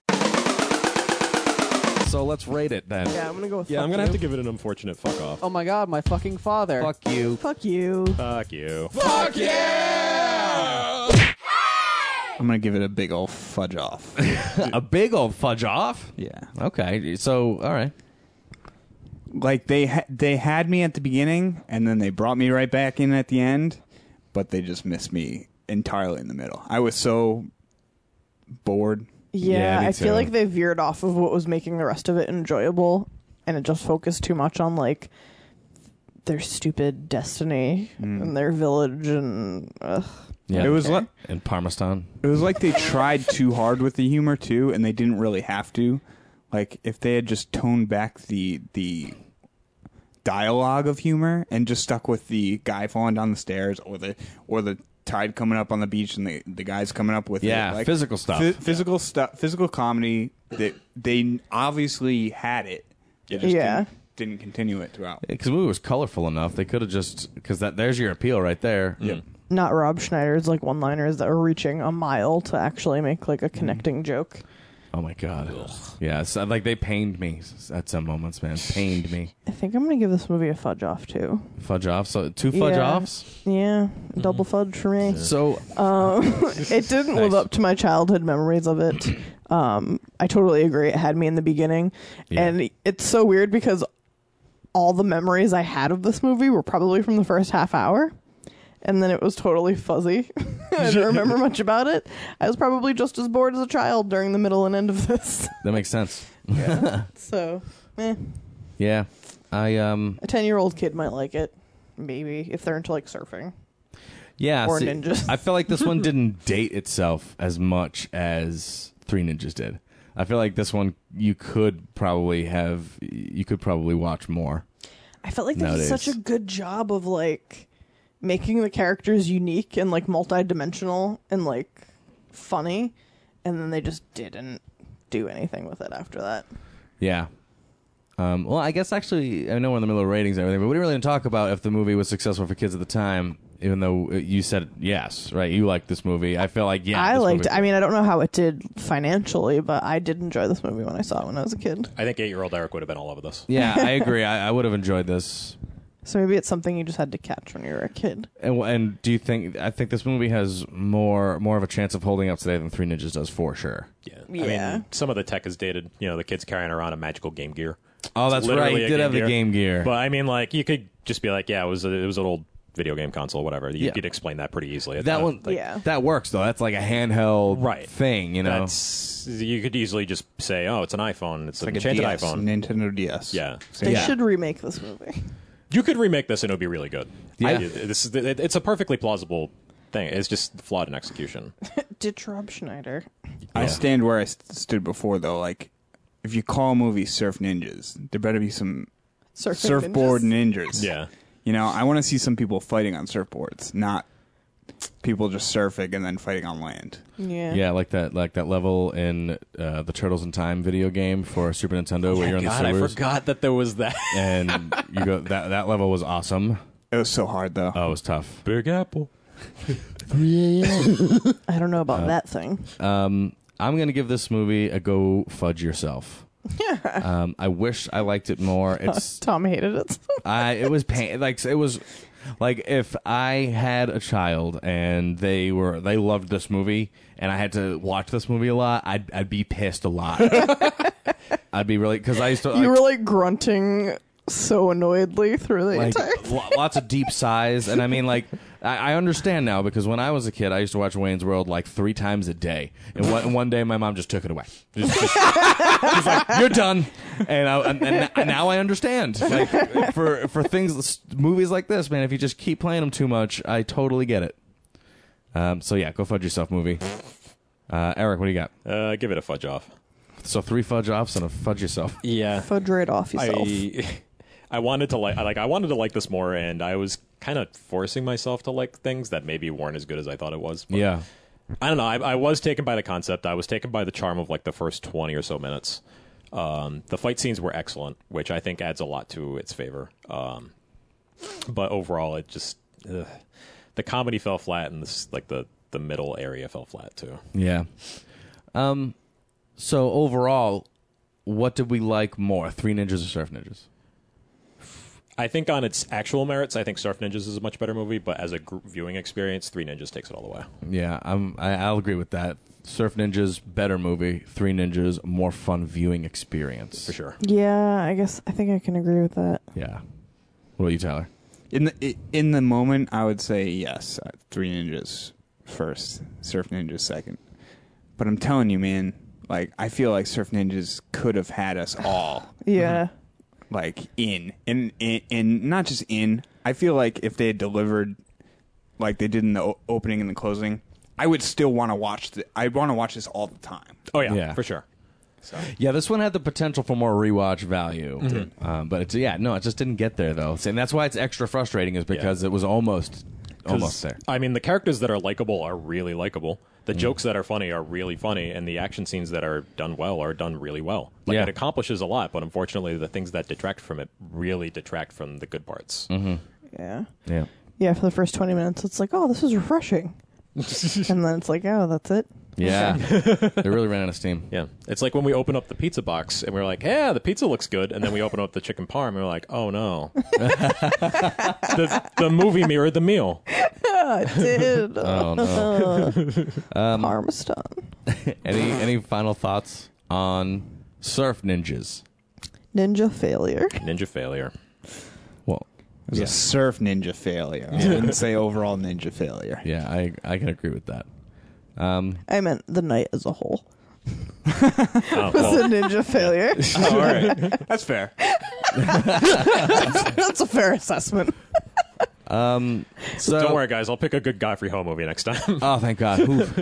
C: So let's rate it then.
E: yeah, I'm gonna go with
D: Yeah,
E: fuck
D: I'm gonna
E: you.
D: have to give it an unfortunate fuck off.
I: Oh my god, my fucking father.
C: Fuck you.
E: fuck you.
D: Fuck you.
F: I'm gonna give it a big old fudge off.
C: A big old fudge off.
F: Yeah,
C: Okay. So all right.
F: like they ha- they had me at the beginning and then they brought me right back in at the end, but they just missed me entirely in the middle. I was so bored.
E: Yeah,
C: me
E: I
C: too.
E: feel like they veered off of what was making the rest of it enjoyable, and it just focused too much on like their stupid destiny
C: Hmm.
E: and their village and ugh.
C: Yeah.
F: It was like
C: in Parmesan.
F: it was like they tried too hard with the humor too, and they didn't really have to. Like if they had just toned back the the dialogue of humor and just stuck with the guy falling down the stairs or the or the tide coming up on the beach and the the guys coming up with it,
C: Yeah,
F: like-
C: physical stuff.
F: Phy- physical stuff, physical comedy that they obviously had it. They just
E: Yeah.
F: didn't, didn't continue it throughout.
C: Because the movie was colorful enough, they could have just because that there's your appeal right there.
F: Mm.
C: Yeah.
E: not Rob Schneider's like one-liners that were reaching a mile to actually make like a connecting joke.
C: Oh my god. Yeah. So, like they pained me at some moments, man. Pained me.
E: I think I'm gonna give this movie a fudge off too.
C: Fudge off. So two fudge
E: Yeah. Uh,
C: offs.
E: Yeah, double fudge for me.
C: So
E: It didn't live up to my childhood memories of it. Um, I totally agree. It had me in the beginning,
C: Yeah.
E: and it's so weird because all the memories I had of this movie were probably from the first half hour. And then it was totally fuzzy. I didn't remember much about it. I was probably just as bored as a child during the middle and end of this.
C: that makes sense.
E: So, eh.
C: Yeah. I um.
E: A 10 year old kid might like it. Maybe. If they're into like surfing.
C: Yeah,
E: Or ninjas.
C: I feel like this one didn't date itself as much as Three Ninjas did. I feel like this one you could probably have you could probably watch more.
E: I felt like they did
C: Nowadays.
E: such a good job of like making the characters unique and like multi-dimensional and like funny, and then they just didn't do anything with it after that.
C: Yeah. Um, well, I guess actually, I know we're in the middle of ratings and everything, but we really didn't talk about if the movie was successful for kids at the time. Even though uh, you said yes, right? You liked this movie. I feel like yeah,
E: I
C: this
E: liked.
C: movie-
E: I mean, I don't know how it did financially, but I did enjoy this movie when I saw it when I was a kid.
D: I think eight-year-old Eric would have been all over this.
C: Yeah, I agree. I, I would have enjoyed this.
E: So maybe it's something you just had to catch when you were a kid.
C: And, and do you think? I think this movie has more more of a chance of holding up today than Three Ninjas does for sure.
D: Yeah. I
E: Yeah.
D: mean, some of the tech is dated. You know, the kid's carrying around a magical Game Gear.
C: Oh,
D: It's
C: that's
D: literally
C: right. You
D: a
C: did have the Game Gear.
D: But I mean, like, you could just be like, yeah, it was a, it was an old video game console, whatever. You
C: Yeah.
D: could explain that pretty easily.
C: That one,
D: like,
E: yeah.
C: that works though. That's like a handheld
D: Uh, Right.
C: thing, you know.
D: That's you could easily just say, oh, it's an iPhone. It's, an
F: like a
D: enchanted
F: DS,
D: iPhone.
F: Nintendo DS.
D: Yeah.
E: They
C: Yeah.
E: should remake this movie.
D: You could remake this and it would be really good.
C: Yeah.
D: I- this is, it- it's a perfectly plausible thing. It's just flawed in execution.
E: Ditch Rob Schneider.
F: I stand where I s- stood before, though. Like, if you call a movie Surf Ninjas, there better be some
E: Surfing
F: surfboard
E: ninjas.
F: ninjas.
D: Yeah.
F: You know, I want to see some people fighting on surfboards, not people just surfing and then fighting on land.
E: Yeah.
C: Yeah, like that, like that level in uh, the Turtles in Time video game for Super Nintendo, where you're in
D: Oh God,
C: the
D: I
C: sewers,
D: forgot that there was that.
C: and you go that that level was awesome.
F: It was so hard, though.
C: Oh, it was tough.
D: Big Apple.
E: I don't know about
C: Uh,
E: that thing.
C: Um, I'm gonna give this movie a go fudge yourself. um, I wish I liked it more. It's
E: Tom hated it.
C: I it was pain like it was like if I had a child and they were they loved this movie and I had to watch this movie a lot, I'd I'd be pissed a lot. I'd be really because I used to
E: you
C: like,
E: were like grunting so annoyedly through the
C: like
E: entire.
C: lo- lots of deep sighs and i mean like I, I understand now because when i was a kid i used to watch wayne's world like three times a day and one, one day my mom just took it away just, just, she's like you're done and, I, and, and now i understand like for for things movies like this man if you just keep playing them too much i totally get it um, so yeah go fudge yourself movie uh, eric what do you got
D: Uh, give it a fudge off.
C: so three fudge offs and a fudge yourself
D: Yeah.
E: Fudge right off yourself.
D: I, I wanted to like I- like I wanted to like this more, and I was kind of forcing myself to like things that maybe weren't as good as I thought it was. But
C: yeah
D: I don't know. I, I was taken by the concept. I was taken by the charm of like the first twenty or so minutes. Um, the fight scenes were excellent, which I think adds a lot to its favor. Um, but overall, it just ugh. the comedy fell flat, and this like the the middle area fell flat too.
C: Yeah. Um. So overall, what did we like more, Three Ninjas or Surf Ninjas?
D: I think on its actual merits, I think Surf Ninjas is a much better movie, but as a group viewing experience, Three Ninjas takes it all the way.
C: Yeah, I'm. I, I'll agree with that. Surf Ninjas better movie. Three Ninjas more fun viewing experience
D: for sure.
E: yeah, I guess I think I can agree with that.
C: Yeah. What about you, Tyler?
F: In the i- in the moment, I would say yes. uh, Three Ninjas first, Surf Ninjas second. But I'm telling you, man, like I feel like Surf Ninjas could have had us all
E: Yeah.
C: Uh-huh.
F: like in and and, and not just in. I feel like if they had delivered like they did in the o- opening and the closing, I would still want to watch. The, I want to watch this all the time.
D: Oh yeah,
C: Yeah.
D: for sure.
C: Yeah, this one had the potential for more rewatch value, um, but it's yeah, no, it just didn't get there though, and that's why it's extra frustrating is because it was almost,
D: 'Cause,
C: almost there.
D: I mean, the characters that are likable are really likable. The
C: Mm.
D: jokes that are funny are really funny, and the action scenes that are done well are done really well. Like
C: Yeah.
D: it accomplishes a lot, but unfortunately, the things that detract from it really detract from the good parts.
C: Mm-hmm.
E: Yeah.
C: Yeah.
E: Yeah, for the first 20 minutes, it's like, oh, this is refreshing. and then it's like, oh, that's it.
C: Yeah. they really ran out of steam.
D: Yeah, it's like when we open up the pizza box and we're like, "Yeah, the pizza looks good," and then we open up the chicken parm and we're like, "Oh no." the, the movie mirrored the meal.
E: Did.
C: Oh no.
E: Um, Armstrong.
C: any any final thoughts on Surf Ninjas?
E: Ninja failure.
D: Ninja failure.
C: Well,
F: It was a surf ninja failure. I wouldn't say overall ninja failure.
C: Yeah, I I can agree with that. Um,
E: I meant the night as a whole.
D: Oh,
E: It's
D: well,
E: a ninja failure.
F: Oh, all right, that's fair.
E: that's a fair assessment.
C: so
D: don't worry, guys. I'll pick a good Godfrey Ho movie next time.
C: Oh, thank God. Oof.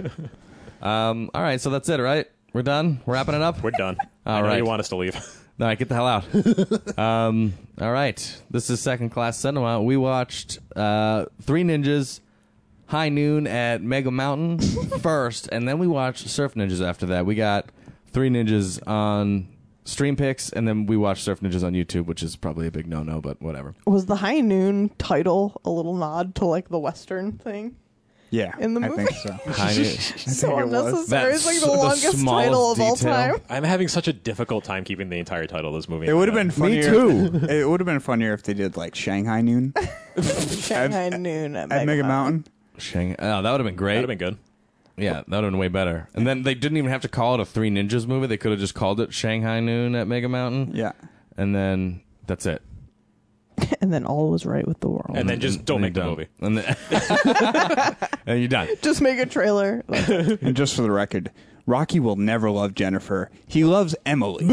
C: um, all right, so that's it, right? We're done. We're wrapping it up. We're
D: done.
C: All
D: I know
C: right.
D: you want us to leave.
C: No, get the hell out. um, all right. This is second class cinema. We watched uh, Three Ninjas, High Noon at Mega Mountain first, and then we watched Surf Ninjas after that. We got Three Ninjas on Stream Picks, and then we watched Surf Ninjas on YouTube, which is probably a big no no, but whatever.
E: Was the High Noon title a little nod to like the Western thing?
F: Yeah,
E: In the
F: I
E: movie.
F: think so.
C: High Noon.
E: so unnecessary.
C: That's
E: It's like
C: so-
E: the
C: the
E: longest
C: smallest
E: title of all
C: detail.
E: time.
D: I'm having such a difficult time keeping the entire title of this movie.
F: It would have been funnier.
D: too.
F: it would have been funnier if they did like Shanghai Noon
E: Shanghai Noon at,
F: at Mega Mountain.
C: Shang- oh, that would have been Mm-hmm. great.
D: That would have been good.
C: Yeah, that would have been way better. And then they didn't even have to call it a Three Ninjas movie. They could have just called it Shanghai Noon at Mega Mountain.
F: Yeah.
C: And then that's it.
E: And then all was right with the world.
D: And then
C: Mm-hmm.
D: just don't make the movie.
C: And, then, and you're done.
E: Just make a trailer.
F: And just for the record, Rocky will never love Jennifer. He loves Emily.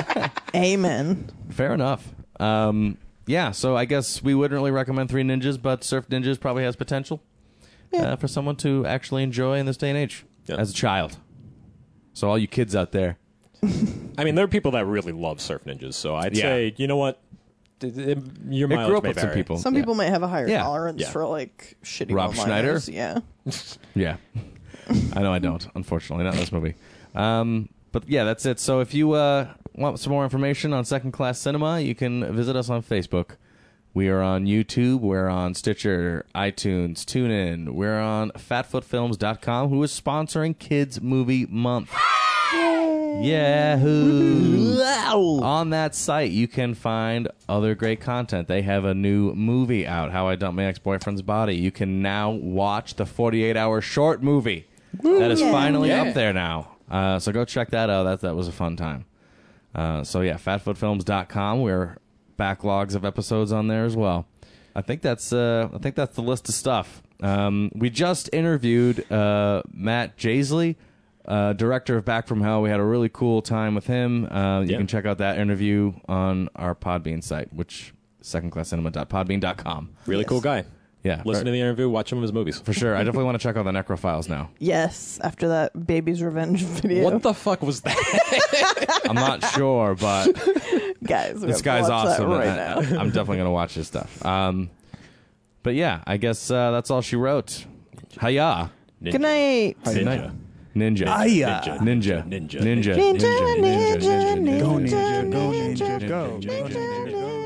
E: Amen.
C: Fair enough. Um, yeah, so I guess we wouldn't really recommend Three Ninjas, but Surf Ninjas probably has potential uh, for someone to actually enjoy in this day and age
D: Yeah.
C: as a child. So all you kids out there,
D: I mean, there are people that really love surf ninjas, so I'd
C: Yeah.
D: say you know what, D- d- your
C: It
D: mileage
C: grew up
D: may
C: with some
D: vary.
C: people.
E: Some
C: Yeah.
E: people might have a higher
C: Yeah.
E: tolerance
D: Yeah.
E: for like shitty
C: Rob
E: one-liners.
C: Schneider?
E: Yeah.
C: Yeah. I know I don't, unfortunately, not in this movie. Um, but yeah, that's it. So if you uh, want some more information on Second Class Cinema, you can visit us on Facebook. We are on YouTube. We're on Stitcher, iTunes, TuneIn. We're on FatfootFilms.com, who is sponsoring Kids Movie Month. Yahoo! On that site, you can find other great content. They have a new movie out, How I Dumped My Ex Boyfriend's Body. You can now watch the 48 hour short movie that is finally up there now. Uh, so go check that out. That, that was a fun time. Uh, so yeah, fatfootfilms.com. We're backlogs of episodes on there as well. I think that's uh, I think that's the list of stuff. Um, we just interviewed uh, Matt Jaisley, uh, director of Back from Hell. We had a really cool time with him. Uh, you
D: Yeah.
C: can check out that interview on our Podbean site, which secondclasscinema.podbean.com.
D: Really cool guy.
C: Yeah,
D: Listen to the interview, watch some of his movies.
C: for sure. I definitely want to check out the Necrophiles now.
E: Yes. After that baby's revenge video,
D: What the fuck was that?
C: I'm not sure, but
E: guys? we
C: this
E: have to
C: guy's
E: watch
C: awesome.
E: That
C: and
E: right
C: I,
E: now.
C: am definitely gonna watch his stuff. Um, but yeah, I guess uh, that's all she wrote. Hiya,
E: Good night.
D: Ninja.
C: ninja,
F: Hiya.
C: ninja,
D: Ninja.
C: ninja,
E: Ninja, ninja, ninja,
F: Go ninja, go ninja, go.
E: ninja, ninja.